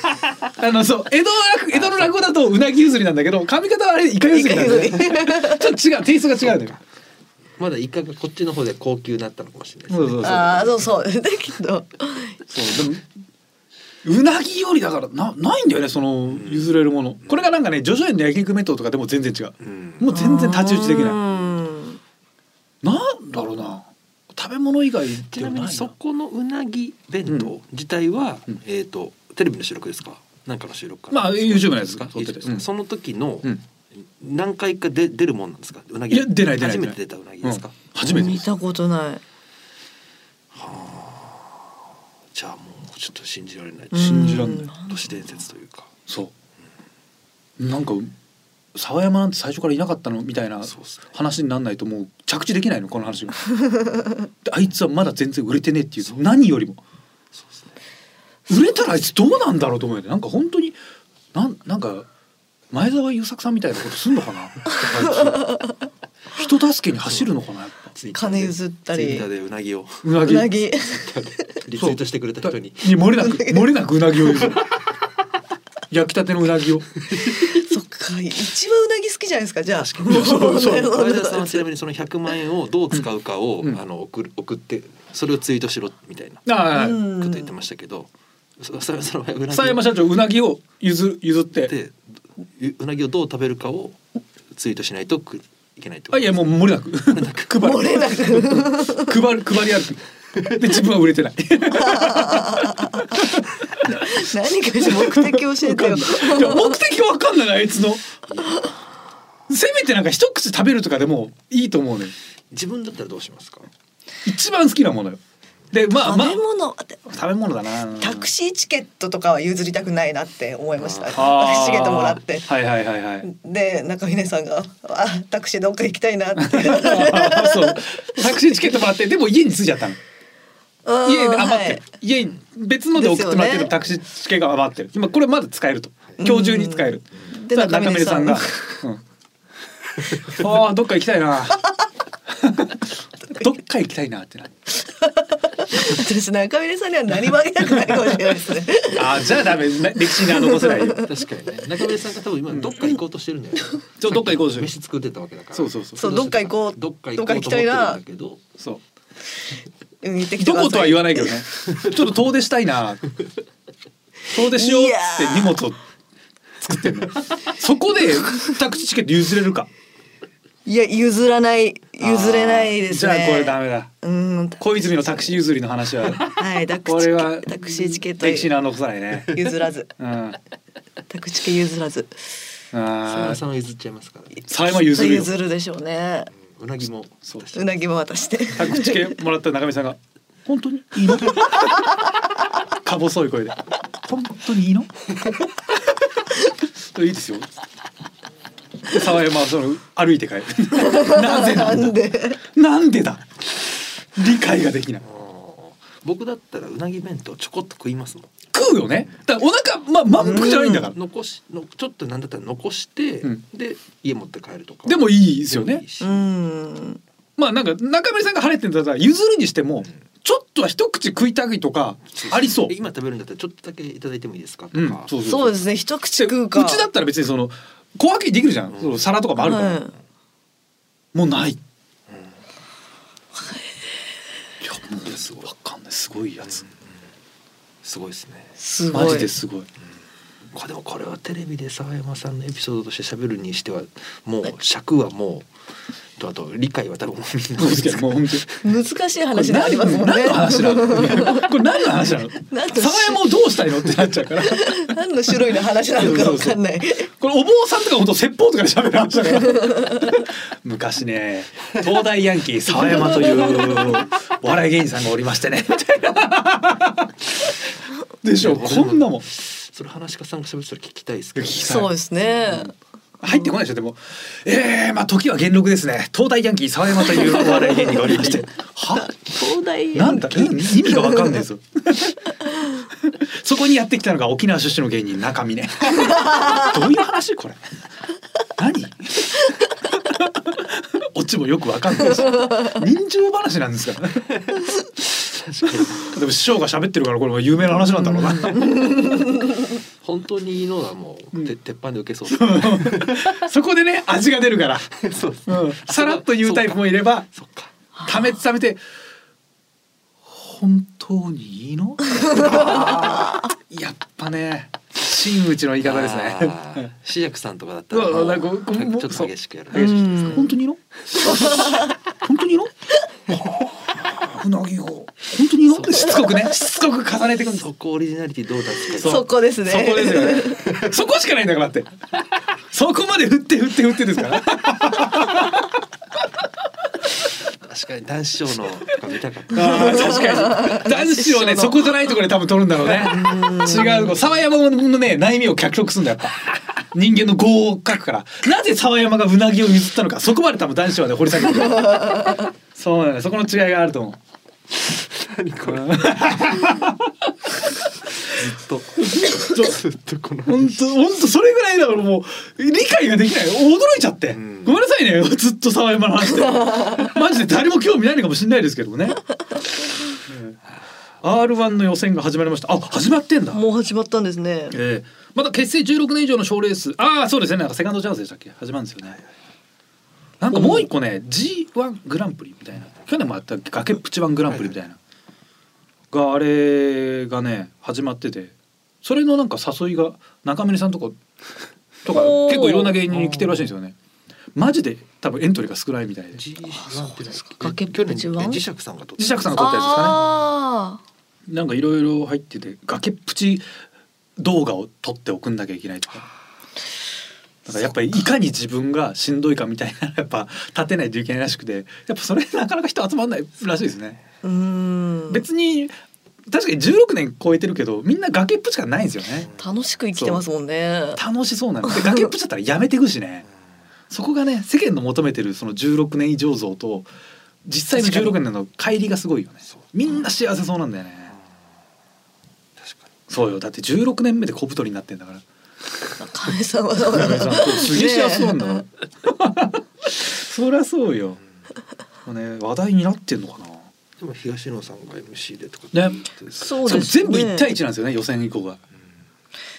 [SPEAKER 1] のそう江戸の落江戸の落語だとうなぎ譲りなんだけど髪型はあれイカ譲りなんで、
[SPEAKER 3] イカ譲
[SPEAKER 1] ちょっと違うテイストが違うのよ
[SPEAKER 2] まだイカがこっちの方で高級だったのかもしれないです
[SPEAKER 1] そ
[SPEAKER 2] ね
[SPEAKER 1] うそうそう
[SPEAKER 3] ああ、そうそう。 だけど。
[SPEAKER 1] そうでもうなぎよりだからなないんだよねその譲れるものこれがなんかね叙々苑の焼肉弁当とかでも全然違う
[SPEAKER 2] うん
[SPEAKER 1] もう全然太刀打ちでき
[SPEAKER 3] う
[SPEAKER 1] なんいなんだろうな食べ物以外っていう
[SPEAKER 2] ちな
[SPEAKER 1] の
[SPEAKER 2] み
[SPEAKER 1] は
[SPEAKER 2] に
[SPEAKER 1] ない
[SPEAKER 2] そ
[SPEAKER 1] な
[SPEAKER 2] このうなぎ弁
[SPEAKER 1] う
[SPEAKER 2] 当自体は、
[SPEAKER 1] うん
[SPEAKER 2] えっ、とテレビの収録ですかなんかの収録かな
[SPEAKER 1] まあ YouTube のやつですか撮ってるやつ
[SPEAKER 2] その時の
[SPEAKER 1] うん
[SPEAKER 2] 何回かで出るもんなんですかうなぎ
[SPEAKER 1] いや出ない出ない
[SPEAKER 2] 初めて出たうなぎですか、
[SPEAKER 1] うん初めてで
[SPEAKER 3] 見
[SPEAKER 1] す
[SPEAKER 3] たことない。
[SPEAKER 2] じゃあもうちょっと信じられない、
[SPEAKER 3] うん
[SPEAKER 1] 信じらんない
[SPEAKER 2] 都市伝説というか
[SPEAKER 1] そうなんか沢山なんて最初からいなかったのみたいな
[SPEAKER 2] そうっすね
[SPEAKER 1] 話にならないともう着地できないのこの話が であいつはまだ全然売れてねえっていう何よりも
[SPEAKER 2] そうですね
[SPEAKER 1] 売れたらあいつどうなんだろうと思うよねなんか本当になんなんか前澤友作さんみたいなことすんのかなあ いつ人助けに走るのかなやっぱ
[SPEAKER 2] ツイッターで
[SPEAKER 3] 金譲った
[SPEAKER 2] ツイッ
[SPEAKER 3] り
[SPEAKER 2] ター。でうな ぎを
[SPEAKER 1] うな
[SPEAKER 3] う
[SPEAKER 1] ぎ
[SPEAKER 3] なぎ。
[SPEAKER 2] リツイートしてくれた人に
[SPEAKER 1] いや漏れなく漏れなくうなぎを譲る焼きたてのうなぎを
[SPEAKER 3] そっか、一番うなぎ好きじゃないですか、じゃあ。確かに
[SPEAKER 1] そう そう
[SPEAKER 2] 前田さんはちなみにその100万円をどう使うかを、
[SPEAKER 1] うん
[SPEAKER 2] あの送る送ってそれをツイートしろみたいなこ
[SPEAKER 1] ああ、
[SPEAKER 2] と言ってましたけど、そそその前うなぎ
[SPEAKER 1] 佐山社長うなぎを譲譲って
[SPEAKER 2] でううなぎをどう食べるかをツイートしないとくいけないってこ
[SPEAKER 1] あ
[SPEAKER 2] と
[SPEAKER 1] いやもう漏れなく 配
[SPEAKER 3] 漏れ
[SPEAKER 1] る
[SPEAKER 3] なく。
[SPEAKER 1] 配る配り歩くで自分は売れてない
[SPEAKER 3] 何かし目的教えてよ。
[SPEAKER 1] いや目的が分かんないなあいつのせめてなんか一口食べるとかでもいいと思うね
[SPEAKER 2] 自分だったらどうしますか
[SPEAKER 1] 一番好きなものよでまあ
[SPEAKER 3] 食
[SPEAKER 1] まあ
[SPEAKER 3] べ物、
[SPEAKER 1] 食べ物だな
[SPEAKER 3] タクシーチケットとかは譲りたくないなって思いました。タク
[SPEAKER 1] あー
[SPEAKER 3] シーチケットもらって。
[SPEAKER 1] はいはいはいはい
[SPEAKER 3] で、中峰さんが、あ、タクシーどっか行きたいな って。
[SPEAKER 1] そうタクシーチケットもらってでも家に着いちゃったの
[SPEAKER 3] うん
[SPEAKER 1] 家で余って
[SPEAKER 3] は
[SPEAKER 1] る、
[SPEAKER 3] い
[SPEAKER 1] 家に別ので送ってもらって
[SPEAKER 3] ですよ
[SPEAKER 1] る
[SPEAKER 3] ね
[SPEAKER 1] タクシーチケットが余ってる今これまだ使えると今日中に使える
[SPEAKER 3] ん
[SPEAKER 1] で
[SPEAKER 3] で
[SPEAKER 1] 中
[SPEAKER 3] 中
[SPEAKER 1] 村
[SPEAKER 3] 峰
[SPEAKER 1] さ
[SPEAKER 3] さ
[SPEAKER 1] ん
[SPEAKER 3] ん
[SPEAKER 1] が「うんあーどっか行きたいなどっか行きたいな」ってな
[SPEAKER 3] 私中峰さんには何もあげたくないかもしれない ですね。
[SPEAKER 1] あーじゃあダメな歴史には残せ ないよ
[SPEAKER 2] 確かにね中村さんが多分今どっか行こうとしてるんだよ、ね
[SPEAKER 1] そうどっか行こうとしてる
[SPEAKER 2] 飯作ってたわけだから
[SPEAKER 1] そうそうそう
[SPEAKER 3] そうどっか行こう
[SPEAKER 2] どっか行こうと思ってるんだけど
[SPEAKER 1] そう
[SPEAKER 3] うん行ってきて
[SPEAKER 1] ど
[SPEAKER 3] ください
[SPEAKER 1] ことは言わないけどねちょっと遠出したいな遠出しようっつって荷物を作ってんのそこでタクシーチケット譲れるか
[SPEAKER 3] いや譲らない譲れないですね
[SPEAKER 1] じゃあこれダメだ
[SPEAKER 3] うん
[SPEAKER 1] 小泉のタクシー譲りの話 は
[SPEAKER 3] はいタク
[SPEAKER 1] こ
[SPEAKER 3] チ
[SPEAKER 1] れ
[SPEAKER 3] ケ
[SPEAKER 1] は
[SPEAKER 3] タクシーチケット
[SPEAKER 1] 歴史には残さないね
[SPEAKER 3] 譲らず
[SPEAKER 1] うんあ
[SPEAKER 3] タクチケ譲らず
[SPEAKER 1] ー
[SPEAKER 2] さんは譲っちゃいますから、ね。
[SPEAKER 1] さえま譲るよ
[SPEAKER 3] 譲るでしょうね
[SPEAKER 2] うなぎも
[SPEAKER 1] そう
[SPEAKER 2] 出して
[SPEAKER 3] うなぎも渡して
[SPEAKER 1] タクチケもらった中見さんが「本当にいいの?」 か細い声で「本当にいいの?」いいですよ。で沢山はその歩いて帰る。 なぜなんだ。
[SPEAKER 3] で
[SPEAKER 1] なんでだ。理解ができない。
[SPEAKER 2] 僕だったらうなぎ弁当ちょこっと食いますもん。
[SPEAKER 1] 食うよね。だからお腹まあ満腹じゃないんだから。
[SPEAKER 2] 残しのちょっとなんだったら残して、
[SPEAKER 1] うん
[SPEAKER 2] で家持って帰るとか。
[SPEAKER 1] でもいいですよ
[SPEAKER 2] でもい
[SPEAKER 1] ね
[SPEAKER 2] い。
[SPEAKER 3] う
[SPEAKER 2] し
[SPEAKER 3] ん
[SPEAKER 1] まあなんか中村さんが晴れてんだったら譲るにしてもちょっとは一口食いたいとかありそう。
[SPEAKER 2] 今食べるんだったらちょっとだけいただいてもいいですかとか。
[SPEAKER 1] うん。そうそう
[SPEAKER 3] そうですね一口食う
[SPEAKER 1] う
[SPEAKER 3] か
[SPEAKER 1] ちだったら別にその小分けにできるじゃん、
[SPEAKER 2] うん
[SPEAKER 1] その皿とかもあるから、
[SPEAKER 3] はい
[SPEAKER 1] もうないい
[SPEAKER 2] うん
[SPEAKER 1] やもうすごいわかんないすごいやつ、
[SPEAKER 2] すごいですね。
[SPEAKER 3] すごい
[SPEAKER 1] マジですごい
[SPEAKER 2] これでもこれはテレビで澤山さんのエピソードとして喋るにしてはもう尺はもうとあと理解は多分もうみんな
[SPEAKER 1] そうですけどもう本
[SPEAKER 3] 難しい
[SPEAKER 1] 当に
[SPEAKER 3] 話
[SPEAKER 1] これ
[SPEAKER 3] ではあります
[SPEAKER 1] 何
[SPEAKER 3] もんね
[SPEAKER 1] 何の話 なのこれ何の話なの
[SPEAKER 3] 何の
[SPEAKER 1] 沢山をどうしたいのってなっちゃうからこ
[SPEAKER 3] 何の種類の話なのかわかんない
[SPEAKER 1] れお坊さんとか本当説法とかで喋る話だから 昔ね東大ヤンキー沢山というお笑い芸人さんがおりましてねみたいなでしょこんなもん
[SPEAKER 2] それ話家さんが喋ってたら聞きたいですけど
[SPEAKER 1] 聞きたい
[SPEAKER 3] そうですね
[SPEAKER 1] 入ってこないでしょでも「えー、まあ時は元禄ですね東大ヤンキー沢山というお笑い芸人がおりましては
[SPEAKER 3] 東大
[SPEAKER 1] なんだ意味意味がわかんないぞ そこにやってきたのが沖縄出身の芸人中 峰どういう話これ何オチもよくわかんないし人情話なんですからでも師匠が喋ってるからこれも有名な話なんだろうな
[SPEAKER 2] 本当にいいのはもう、
[SPEAKER 1] うん
[SPEAKER 2] て鉄板で 受けそうですね
[SPEAKER 1] そこでね味が出るから、
[SPEAKER 2] そうですね
[SPEAKER 1] うん、さらっと言うタイプもいれば
[SPEAKER 2] そっか
[SPEAKER 1] ためてためて本当にいい のやっぱね真打ちの言い方です
[SPEAKER 2] あ
[SPEAKER 1] ね
[SPEAKER 2] ー志薬さんとかだったら
[SPEAKER 1] うわ
[SPEAKER 2] もう
[SPEAKER 1] なんかこう
[SPEAKER 2] なんかちょっ
[SPEAKER 1] そ
[SPEAKER 2] と
[SPEAKER 1] う
[SPEAKER 2] 激しくやる
[SPEAKER 1] 激しいです
[SPEAKER 3] うん
[SPEAKER 1] 本当にいいの本当にいいのうなぎを本当にいいのってしつこくねしつこく重ねてくんです
[SPEAKER 2] そこオリジナリティどう出すか
[SPEAKER 3] そこですね
[SPEAKER 1] そこですよね そこしかないんだからってそこまで振って振って振ってですから
[SPEAKER 2] 確かに男子賞のとか見たかった
[SPEAKER 1] あー確か に男子をねそこじゃないところで多分取るんだろうね違う沢山のね悩みを脚色するんだよやっ ぱ人間の業を書くからなぜ沢山がうなぎを譲ったのかそこまで多分男子はね掘り下げてるそうなんだそこの違いがあると思う
[SPEAKER 2] 何 これずっとずっとこの
[SPEAKER 1] 本当本当それぐらいだからもう理解ができない驚いちゃって、
[SPEAKER 2] ん
[SPEAKER 1] ごめんなさいねずっと沢山の 話でマジで誰も興味ないのかもしれないですけどもね、うん、R1 の予選が始まりましたあ始まってんだ
[SPEAKER 3] もう始まったんですね
[SPEAKER 1] ええまだ結成16年以上の賞レースああそうですねなんかセカンドチャンスでしたっけ始まるんですよねなんかもう一個ね G1 グランプリみたいな去年もあった崖っぷち1グランプリみたいな、があれがね始まっててそれのなんか誘いが中村さんとかとか
[SPEAKER 3] おー
[SPEAKER 1] 結構いろんな芸人に来てるらしいんですよねマジで多分エントリーが少ないみたいで
[SPEAKER 2] G なんてですか
[SPEAKER 3] 崖っ
[SPEAKER 2] 去
[SPEAKER 3] ぷ
[SPEAKER 2] 年
[SPEAKER 3] ちは
[SPEAKER 2] 磁石さんが撮った
[SPEAKER 1] 磁石さんが撮ったやつですかね
[SPEAKER 3] あ
[SPEAKER 1] なんかいろいろ入ってて崖っぷち動画を撮って送んなきゃいけないとか。だからやっぱりいかに自分がしんどいかみたいなやっぱ立てないといけないらしくてやっぱそれなかなか人集まんないらしいですね、
[SPEAKER 3] ーうーん
[SPEAKER 1] 別に確かに16年超えてるけどみんな崖っぷちがないんですよね
[SPEAKER 3] 楽しく生きてますもんね
[SPEAKER 1] 楽しそうなので崖っぷちだったらやめてくしねそこがね世間の求めてるその16年以上像と実際の16年の乖離がすごいよね
[SPEAKER 2] そう
[SPEAKER 1] みんな幸せそうなんだよね、
[SPEAKER 2] 確か
[SPEAKER 1] そうよだって16年目で小太りになってんだから
[SPEAKER 3] 中根さんは
[SPEAKER 1] 中井さんそうすげえ幸せそうなんだから、
[SPEAKER 3] ね
[SPEAKER 1] そりゃそうよ、もうね話題になってんのかな
[SPEAKER 2] にでも東野さんが MC でとかって言って
[SPEAKER 3] そう
[SPEAKER 1] しか
[SPEAKER 3] で
[SPEAKER 1] も
[SPEAKER 3] すね
[SPEAKER 1] 全部一対一なんですよね予選以降が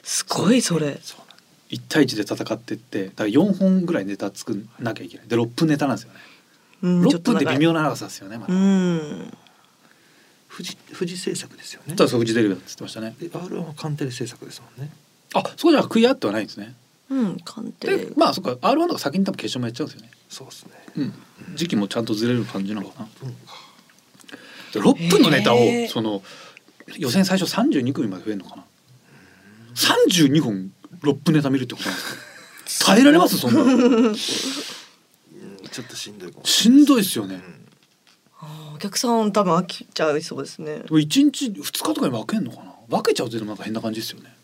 [SPEAKER 3] すごいそれ
[SPEAKER 2] そうなんだ
[SPEAKER 1] 一対一で戦ってってだから4本ぐらいネタ作んなきゃいけないで6分ネタなんですよね
[SPEAKER 3] うんち
[SPEAKER 1] 6
[SPEAKER 3] ょっと
[SPEAKER 1] 分で
[SPEAKER 3] 長い
[SPEAKER 1] 微妙な長さですよねま
[SPEAKER 3] う
[SPEAKER 1] だ
[SPEAKER 3] ん
[SPEAKER 2] 富士富士製作ですよね。
[SPEAKER 1] そうそうフジテレビだって言ってましたね。
[SPEAKER 2] で R1 はカンテレ製作ですもんね。
[SPEAKER 1] あそこじゃ食い合ってはないんですね。
[SPEAKER 4] うん鑑
[SPEAKER 1] で
[SPEAKER 4] 定
[SPEAKER 1] まあそっか R1 とか先に多分決勝もやっちゃうんですよね。
[SPEAKER 2] そうですね。
[SPEAKER 1] うん、時期もちゃんとずれる感じなのかな。
[SPEAKER 2] うんか
[SPEAKER 1] で6分のネタを
[SPEAKER 3] へー
[SPEAKER 1] その予選最初32組まで増えるのかな。32本6分ネタ見るってことなんですか。耐えられますそんな。
[SPEAKER 2] うんちょっとしんどいかも。
[SPEAKER 1] しんどいですよ
[SPEAKER 2] う
[SPEAKER 1] ね。
[SPEAKER 2] ん
[SPEAKER 4] あーお客さん多分飽きちゃいそうですね
[SPEAKER 1] でも1日2日とかに分けんのかな。分けちゃうとでもなんか変な感じですよね。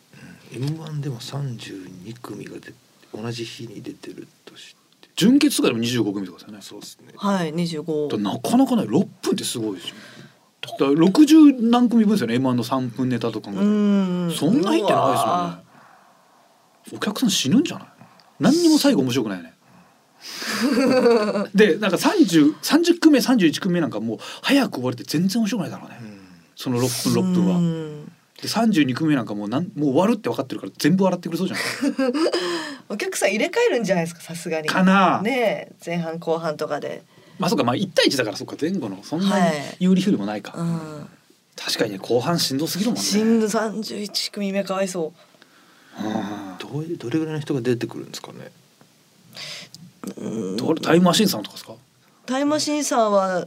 [SPEAKER 2] M1 でも32組が出同じ日に出てるとし
[SPEAKER 1] 準決とかでも25組とかですよね。
[SPEAKER 2] そうですね。
[SPEAKER 4] はい二十五
[SPEAKER 1] だからなかなかない6分ってすごいですよねだから60何組分ですよね M1 の3分ネタとか
[SPEAKER 4] う
[SPEAKER 1] も、
[SPEAKER 4] ん
[SPEAKER 1] そんな日って
[SPEAKER 4] う
[SPEAKER 1] な
[SPEAKER 4] わ
[SPEAKER 1] いですよねお客さん死ぬんじゃない何にも最後面白くないねでなんか 30, 30組目31組目なんかもう早く終われて全然面白くないだろうね、その6分6分は、
[SPEAKER 4] うん
[SPEAKER 1] で32組目なんかもうなんもう終わるって分かってるから全部笑ってくれそうじゃない
[SPEAKER 3] お客さん入れ替えるんじゃないですかさすがに
[SPEAKER 1] かなあ
[SPEAKER 3] ねえ前半後半とかで
[SPEAKER 1] まあそうかまあ1対1だからそうか前後のそんなに有利不利もないか、
[SPEAKER 4] うん
[SPEAKER 1] 確かにね後半しんどすぎるもんね
[SPEAKER 4] しんど三十一組目かわいそ
[SPEAKER 1] うん
[SPEAKER 2] どういうどれぐらいの人が出てくるんですかね。
[SPEAKER 4] ううん
[SPEAKER 1] どれタイムマシーンさんとかですか
[SPEAKER 4] タイムマシーンさんは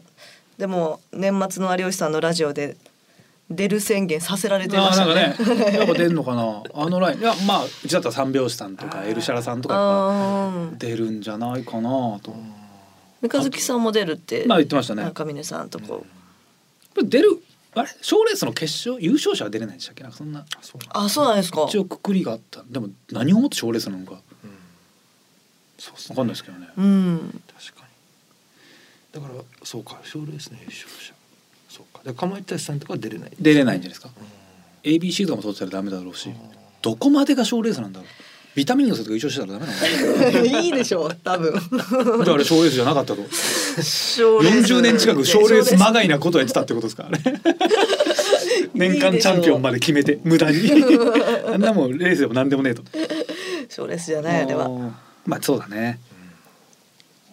[SPEAKER 4] でも年末の有吉さんのラジオで出る宣言させられて
[SPEAKER 1] あ
[SPEAKER 4] まし
[SPEAKER 1] ー
[SPEAKER 4] たね
[SPEAKER 1] なんかねやっぱ出るのかなあのラインいやまあうちだったら三拍子さんと
[SPEAKER 2] あ
[SPEAKER 1] か
[SPEAKER 2] ー
[SPEAKER 1] エルシャラさんとかやっ
[SPEAKER 4] あ
[SPEAKER 1] ぱ
[SPEAKER 4] ー
[SPEAKER 1] 出るんじゃないかなと
[SPEAKER 4] 三日月さんも出るって
[SPEAKER 1] まあ言ってましたね
[SPEAKER 4] 中峰さんとこ
[SPEAKER 1] 出るあれ賞レースの決勝優勝者は出れないんでしたっけなんかそんな
[SPEAKER 2] そうなんだ
[SPEAKER 4] あそうなんですか
[SPEAKER 1] 一応くくりがあったでも何をもって賞レースなのか
[SPEAKER 2] うんそうっす
[SPEAKER 1] 分
[SPEAKER 2] ね。
[SPEAKER 1] かんないですけどね
[SPEAKER 4] うん
[SPEAKER 2] 確かに。だからそうか賞レースの優勝者。そうか。でかまいたちさんとかは出れない。
[SPEAKER 1] 出れないんじゃないですか
[SPEAKER 2] うん
[SPEAKER 1] ABC とかも取ってたらダメだろうし
[SPEAKER 2] うん
[SPEAKER 1] どこまでが賞レースなんだろうビタミンのせとか優勝してたらダメなのか
[SPEAKER 4] いいでしょう多分
[SPEAKER 1] なじゃああれ賞レースじゃなかったと
[SPEAKER 4] 賞レース
[SPEAKER 1] 40年近く賞レースまがいなことをやってたってことで すからね年間チャンピオンまで決めて無駄に あんなもんレースでも何でもねえと
[SPEAKER 4] 賞レースじゃないあれは
[SPEAKER 1] まあそうだね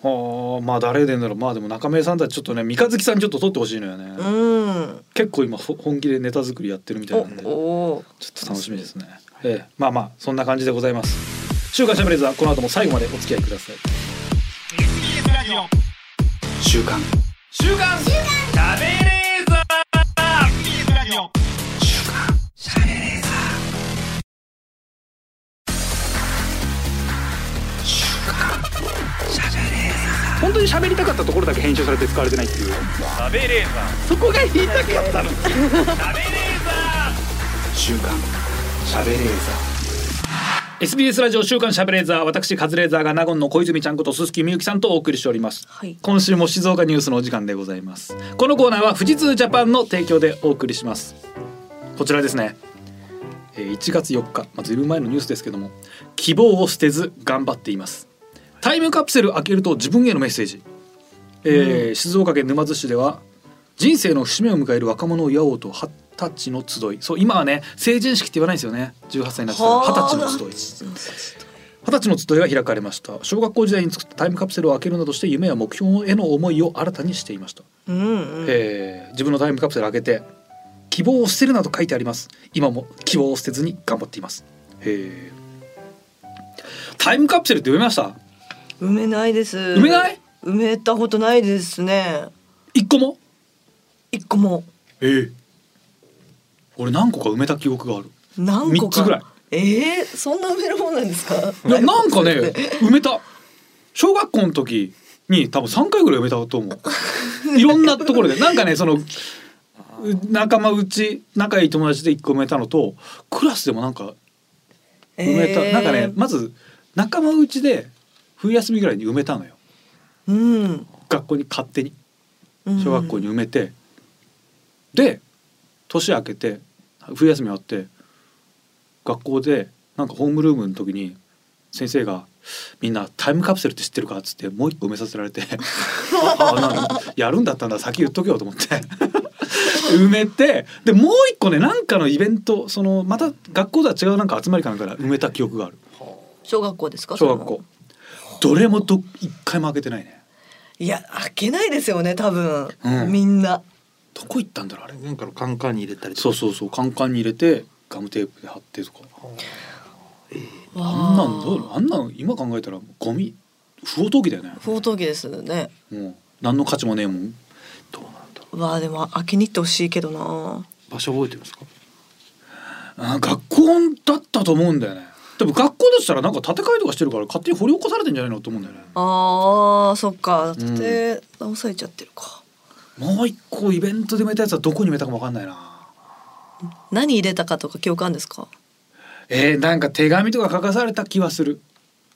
[SPEAKER 1] はあまあ誰でんだろうまあでも中村さんたちちょっとね三日月さんにちょっと取ってほしいのよね、
[SPEAKER 4] うん
[SPEAKER 1] 結構今ほ本気でネタ作りやってるみたいなんでち
[SPEAKER 4] お
[SPEAKER 1] ょっ
[SPEAKER 4] お
[SPEAKER 1] と楽しみですね、ええ、まあまあそんな感じでございます週刊シャムレーザーこの後も最後までお付き合いください週刊本当に喋りたかったところだけ編集されて使われてないっていう週刊しゃべれーザー SBS ラジオ週刊しゃべれーザー私カズレーザーが納言の小泉ちゃんこと鈴木みゆきさんとお送りしております
[SPEAKER 4] はい
[SPEAKER 1] 今週も静岡ニュースのお時間でございますこのコーナーは富士通ジャパンの提供でお送りしますこちらですねえー1月4日、まあ、ずいぶん前のニュースですけども希望を捨てず頑張っていますタイムカプセル開けると自分へのメッセージ、えー静岡県沼津市では人生の節目を迎える若者を祝おうと二十歳の集いそう今はね成人式って言わないんですよね18歳になってたら二十歳の集い二十歳の集いが開かれました小学校時代に作ったタイムカプセルを開けるなどして夢や目標への思いを新たにしていました、
[SPEAKER 4] うんうん
[SPEAKER 1] えー自分のタイムカプセルを開けて希望を捨てるなと書いてあります今も希望を捨てずに頑張っていますへータイムカプセルって読めました
[SPEAKER 4] 埋めないです埋
[SPEAKER 1] 埋めない
[SPEAKER 4] 埋めたことないですね
[SPEAKER 1] 一個も
[SPEAKER 4] 一個も
[SPEAKER 1] え俺何個か埋めた記憶がある
[SPEAKER 4] 何個か
[SPEAKER 1] 三つぐらい
[SPEAKER 4] ええ
[SPEAKER 3] そんな埋めるもんなんですか
[SPEAKER 1] いや なんかね埋めた小学校の時に多分3回ぐらい埋めたと思 ういろんなところでなんかねそのう仲間うち仲いい友達で1個埋めたのとクラスでもなんか埋めた、
[SPEAKER 4] えー
[SPEAKER 1] なんかねまず仲間うちで冬休みぐらいに埋めたのよ
[SPEAKER 4] うん
[SPEAKER 1] 学校に勝手に
[SPEAKER 4] うん
[SPEAKER 1] 小学校に埋めて、で年明けて冬休み終わって学校でなんかホームルームの時に先生が「みんなタイムカプセルって知ってるか?」っつってもう一個埋めさせられ て「ああなんかやるんだったんだ先言っとけよ」と思って 埋めてでもう一個ねなんかのイベントそのまた学校とは違うなんか集まりかなんかで埋めた記憶がある
[SPEAKER 4] 小学校ですか
[SPEAKER 1] 小
[SPEAKER 4] そ
[SPEAKER 1] 学
[SPEAKER 4] れ
[SPEAKER 1] 校
[SPEAKER 4] も
[SPEAKER 1] どれもど一回も開けてないね。
[SPEAKER 4] いや開けないですよね多分、
[SPEAKER 1] うん
[SPEAKER 4] みんな
[SPEAKER 1] どこ行ったんだろうあれ
[SPEAKER 2] なんかのカンカンに入れたりとか
[SPEAKER 1] そうそうそうカンカンに入れてガムテープで貼ってとかあん
[SPEAKER 3] わ
[SPEAKER 1] なんどうあんなん今考えたらゴミ不法投棄だよね
[SPEAKER 4] 不法投棄ですね
[SPEAKER 1] もう何の価値もねえもん
[SPEAKER 2] どうなんだろ
[SPEAKER 4] わあでも開けに行ってほしいけどな
[SPEAKER 2] う場所覚えてますか
[SPEAKER 1] あ学校だったと思うんだよねでも学校でしたらなんか建て替えとかしてるから勝手に掘り起こされてんじゃないのと思うんだよね
[SPEAKER 4] あーそっか立て直されちゃってるか、
[SPEAKER 1] もう一個イベントで埋めたやつはどこに埋めたかもわかんないな
[SPEAKER 4] 何入れたかとか記憶あるんですか
[SPEAKER 1] えー、なんか手紙とか書かされた気はする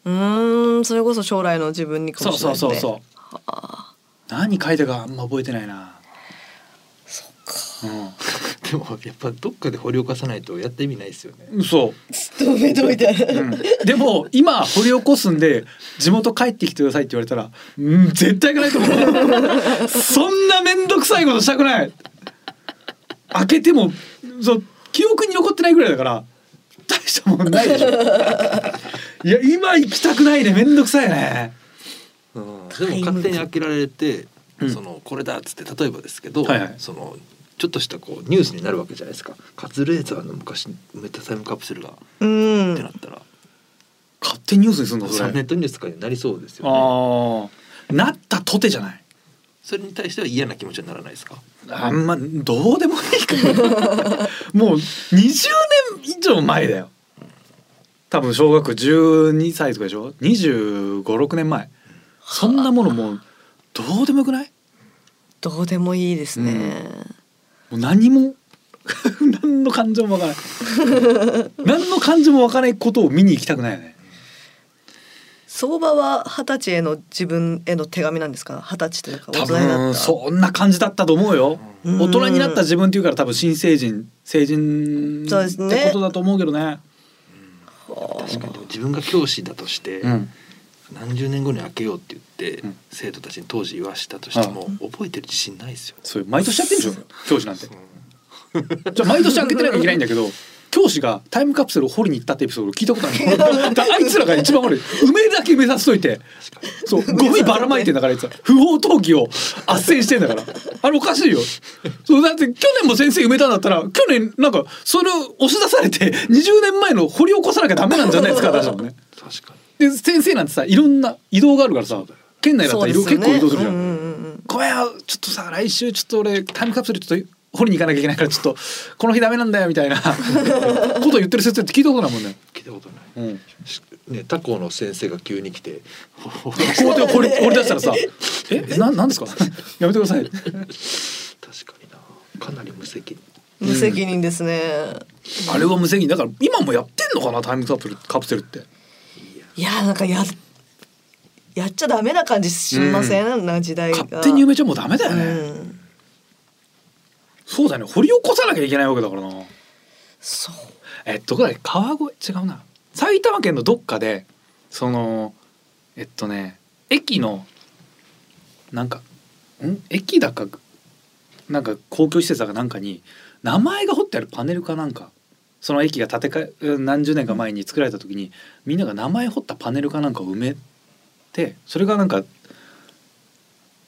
[SPEAKER 4] うーんそれこそ将来の自分にか
[SPEAKER 1] そ
[SPEAKER 4] も
[SPEAKER 1] う
[SPEAKER 4] しれな
[SPEAKER 1] そ
[SPEAKER 4] いうね
[SPEAKER 1] そうそう
[SPEAKER 4] あ
[SPEAKER 1] 何書いたかあんま覚えてないな
[SPEAKER 4] そっか
[SPEAKER 1] う
[SPEAKER 2] でもやっぱどっかで掘り起こさないとやって意味ないですよね
[SPEAKER 1] んそう
[SPEAKER 3] ど うめどみたいな。
[SPEAKER 1] うんでも今掘り起こすんで地元帰ってきてくださいって言われたらうん絶対行かないと思うそんな面倒くさいことしたくない開けてもそう記憶に残ってないぐらいだから大したもんないでしょいや今行きたくないね面倒くさいね
[SPEAKER 2] うんでも勝手に開けられて、
[SPEAKER 1] うん
[SPEAKER 2] そのこれだっつって例えばですけど、
[SPEAKER 1] はいはい
[SPEAKER 2] そのちょっとしたこうニュースになるわけじゃないですかカズレーザーの昔埋めたタイムカプセルがっ
[SPEAKER 4] う
[SPEAKER 2] てなんったら、
[SPEAKER 1] 勝手にニュースにすんのそ
[SPEAKER 2] そ
[SPEAKER 1] れ
[SPEAKER 2] うネットニュースとかになりそうですよね
[SPEAKER 1] ああなったとてじゃない
[SPEAKER 2] それに対しては嫌な気持ちにならないですか
[SPEAKER 1] あんまどうでもいいから もう20年以上前だよ多分小学12歳とかでしょ2 5 6年前そんなものもうどうでもよくない
[SPEAKER 4] どうでもいいですね、
[SPEAKER 1] もう何も 何の感情もわからない 何の感情もわからないことを見に行きたくないよね
[SPEAKER 4] 相場は二十歳への自分への手紙なんですか二十歳というか
[SPEAKER 1] 多
[SPEAKER 4] 大人になっ
[SPEAKER 1] 分
[SPEAKER 4] た
[SPEAKER 1] そんな感じだったと思うよ
[SPEAKER 4] うん
[SPEAKER 1] 大人になった自分っていうから多分新成人成人
[SPEAKER 4] そうです
[SPEAKER 1] っ
[SPEAKER 4] ね
[SPEAKER 1] てことだと思うけどね
[SPEAKER 2] 確かにでも自分が教師だとして、
[SPEAKER 1] うん
[SPEAKER 2] 何十年後に開けようって言って、
[SPEAKER 1] うん
[SPEAKER 2] 生徒たちに当時言わしたとしても、覚えてる自信ないですよ、
[SPEAKER 1] そういう毎年やってんでしょ教師なんて
[SPEAKER 2] うん
[SPEAKER 1] じゃあ毎年開けてなきゃいけないんだけど教師がタイムカプセルを掘りに行ったってエピソードを聞いたことないだあいつらが一番悪い埋めだけ目指しといて
[SPEAKER 2] 確かに
[SPEAKER 1] そうゴミばらまいてんだからあいつら不法投棄を圧旋してんだからあれおかしいよそうだって去年も先生埋めたんだったら去年なんかそれを押し出されて20年前の掘り起こさなきゃダメなんじゃないですか私もね
[SPEAKER 2] 確かに
[SPEAKER 1] で先生なんてさいろんな移動があるからさ県内だったら移動結構移動するじゃん、
[SPEAKER 4] うんうんうんうん
[SPEAKER 1] ごめんよちょっとさ来週ちょっと俺タイムカプセルちょっと掘りに行かなきゃいけないからちょっとこの日ダメなんだよみたい なことを言ってる先生って聞いたことないもんね。
[SPEAKER 2] 聞いたことない、
[SPEAKER 1] うん、
[SPEAKER 2] しね他校の先生が急に来てほほ
[SPEAKER 1] 校庭を掘り掘り出したらさ「ええななんですかやめてください」
[SPEAKER 2] 確かになかなり無責任
[SPEAKER 4] 無責任ですね、
[SPEAKER 1] あれは無責任だから今もやってんのかなタイムカプセルカプセルって
[SPEAKER 4] いやなんかややっちゃダメな感じしません、なんか時代が
[SPEAKER 1] 勝手に埋めちゃもうダメだよね、
[SPEAKER 4] うん
[SPEAKER 1] そうだよね掘り起こさなきゃいけないわけだからな
[SPEAKER 4] そう
[SPEAKER 1] えっとこれ川越違うな埼玉県のどっかでそのえっとね駅のなんかん駅だかなんか公共施設だかなんかに名前が彫ってあるパネルかなんかその駅が建て替えうん何十年か前に作られた時にみんなが名前彫ったパネルかなんかを埋めてそれがなんか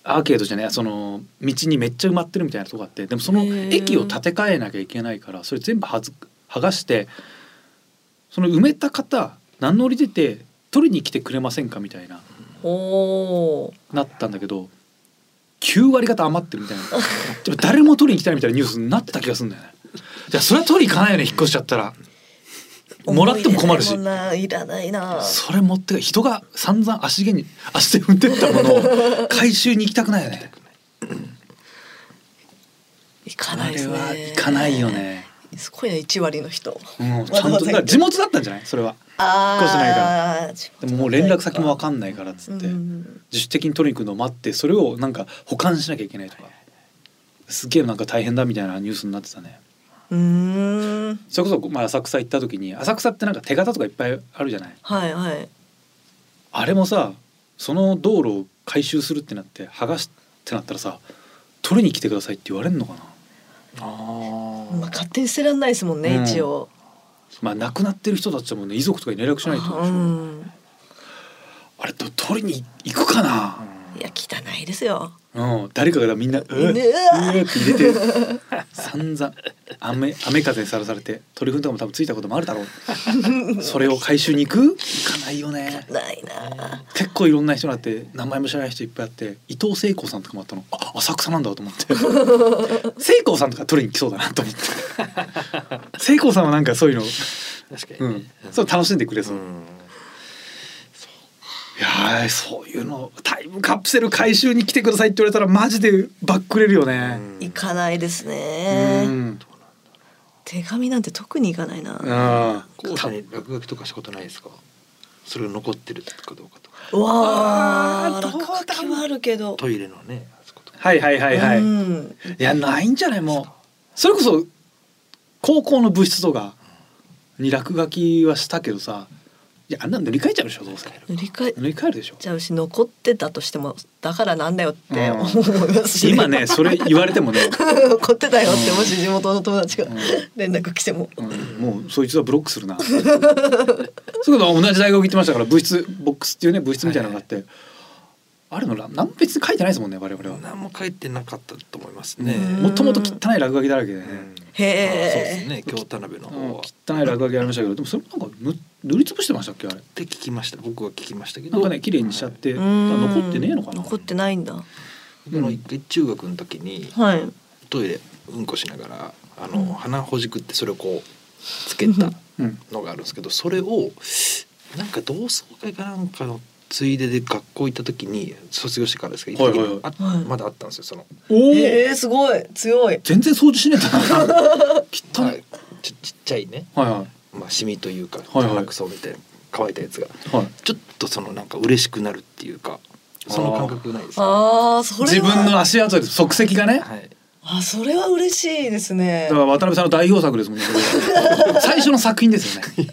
[SPEAKER 1] アーケードじゃないその道にめっちゃ埋まってるみたいなとこあってでもその
[SPEAKER 4] へー
[SPEAKER 1] 駅を建て替えなきゃいけないからそれ全部はず剥がしてその埋めた方何乗り出て取りに来てくれませんかみたいな
[SPEAKER 4] おー
[SPEAKER 1] なったんだけど9割方余ってるみたいなでも誰も取りに来てないみたいなニュースになってた気がするんだよねじゃあそれは取りに行かないよね引っ越しちゃったらもらっても困るし
[SPEAKER 4] 思い出もないらないな
[SPEAKER 1] それ持ってか人が散々足毛に足で踏んでったものを回収に行きたくないよね
[SPEAKER 4] 行かな
[SPEAKER 1] あ
[SPEAKER 4] いで
[SPEAKER 1] れ
[SPEAKER 4] すね
[SPEAKER 1] は行かないよね、
[SPEAKER 4] すごいな一割の人
[SPEAKER 1] うん、ちゃんとだから地元だったんじゃないそれは
[SPEAKER 4] あ
[SPEAKER 1] 越してないか
[SPEAKER 4] あー
[SPEAKER 1] でももう連絡先も分かんないからっつって、
[SPEAKER 4] うん
[SPEAKER 1] 自主的に取りに行くのを待ってそれをなんか保管しなきゃいけないとかすげえなんか大変だみたいなニュースになってたね
[SPEAKER 4] うーん
[SPEAKER 1] それこそ、まあ、浅草行った時に浅草ってなんか手形とかいっぱいあるじゃない
[SPEAKER 4] はいはい
[SPEAKER 1] あれもさその道路を回収するってなって剥がすってなったらさ取りに来てくださいって言われるのかな
[SPEAKER 2] あ
[SPEAKER 4] まあ勝手に捨てらんないですもんね、
[SPEAKER 1] うん
[SPEAKER 4] 一応
[SPEAKER 1] まあ亡くなってる人たちもね遺族とかに連絡しないとでしょ
[SPEAKER 4] うん
[SPEAKER 1] あれと取りに行くかな
[SPEAKER 2] あ
[SPEAKER 3] いや汚いですよ。
[SPEAKER 1] うん、誰かがみんな「うっ」うっ
[SPEAKER 3] ね
[SPEAKER 1] て
[SPEAKER 3] え
[SPEAKER 1] 入れて散々雨雨風にさらされて鳥ふんとかも多分ついたこともあるだろうそれを回収に行く行かないよね
[SPEAKER 3] ないな。
[SPEAKER 1] 結構いろんな人があって名前も知らない人いっぱいあって伊藤聖子さんとかもあったのあ浅草なんだと思って聖子さんとか取りに来そうだなと思って聖子さんはなんかそういうの、
[SPEAKER 2] 確か
[SPEAKER 1] う
[SPEAKER 2] にね
[SPEAKER 1] ん、そう楽しんでくれ
[SPEAKER 2] う
[SPEAKER 1] そ
[SPEAKER 2] ん
[SPEAKER 1] う、いやーそういうのタイムカプセル回収に来てくださいって言われたらマジでバックれるよね。
[SPEAKER 3] 行かないです
[SPEAKER 1] う
[SPEAKER 3] ね。
[SPEAKER 1] ん
[SPEAKER 3] 手紙なんて特に行かないな。
[SPEAKER 1] うん、
[SPEAKER 2] 後世に落書きとかしたことないですかそれが残ってるかどうかとか
[SPEAKER 3] うわ
[SPEAKER 1] あー
[SPEAKER 3] あ、落書きはあるけど。
[SPEAKER 2] トイレのねあそことか
[SPEAKER 1] はいはいはいはい。い
[SPEAKER 3] うん、
[SPEAKER 1] やないんじゃないもう。それこそ高校の部室とかに落書きはしたけどさ、いやあんなの塗り替えちゃうでしょどうせ。
[SPEAKER 3] 塗り替え
[SPEAKER 1] 塗り替えるでしょ。
[SPEAKER 3] ちゃうし残ってたとしてもだからなんだよって
[SPEAKER 1] うん
[SPEAKER 3] 思いますし、
[SPEAKER 1] 今ねそれ言われてもね、
[SPEAKER 3] 残ってたよってもし地元の友達が
[SPEAKER 1] うん
[SPEAKER 3] 連絡来ても
[SPEAKER 1] うんもうそいつはブロックするな。そういうことは同じ大学行ってましたから部室ボックスっていうね部室みたいなのがあって、あれもら何も別に書いてないですもんね我々は。
[SPEAKER 2] 何も書いてなかったと思いますね、
[SPEAKER 3] うん
[SPEAKER 1] もともと汚い落書きだらけでね、
[SPEAKER 3] へえ
[SPEAKER 2] あそうですね京田辺の
[SPEAKER 1] うん
[SPEAKER 2] 方は
[SPEAKER 1] 汚い落書きありましたけどでもそれもなんか塗塗りつぶしてましたっけあれ
[SPEAKER 2] って聞きました僕は聞きましたけ
[SPEAKER 1] な
[SPEAKER 2] ど
[SPEAKER 1] んかね綺麗にしちゃって、
[SPEAKER 3] うん
[SPEAKER 1] 残ってねえのかな
[SPEAKER 3] 残ってないんだ
[SPEAKER 2] 僕の一回中学の時に
[SPEAKER 3] はい
[SPEAKER 2] トイレうんこしながらあ
[SPEAKER 3] うん
[SPEAKER 2] の鼻ほじくってそれをこうつけた
[SPEAKER 1] うん
[SPEAKER 2] のがあるんですけどそれをなんか同窓会かなんかのついでで学校行った時に卒業してからですけど、
[SPEAKER 1] はいはいはい
[SPEAKER 2] あ
[SPEAKER 3] はい
[SPEAKER 2] まだあったんですよその、
[SPEAKER 1] おお、
[SPEAKER 5] えー、すごい強い。
[SPEAKER 1] 全然掃除しねえんだな汚い
[SPEAKER 2] はいちちっちゃいね、
[SPEAKER 1] はいは
[SPEAKER 2] まあ、シミというか
[SPEAKER 1] はい
[SPEAKER 2] 鼻くそみたいな乾いたやつが
[SPEAKER 1] いはい
[SPEAKER 2] ちょっとそのなんか嬉しくなるっていうかその感覚ないですか
[SPEAKER 3] ああそれ
[SPEAKER 1] 自
[SPEAKER 3] は
[SPEAKER 1] 分の足跡で即席がね
[SPEAKER 2] はい
[SPEAKER 5] あそれは嬉しいですね
[SPEAKER 1] だから。渡辺さんの代表作ですもんねそれは最初の作品ですよね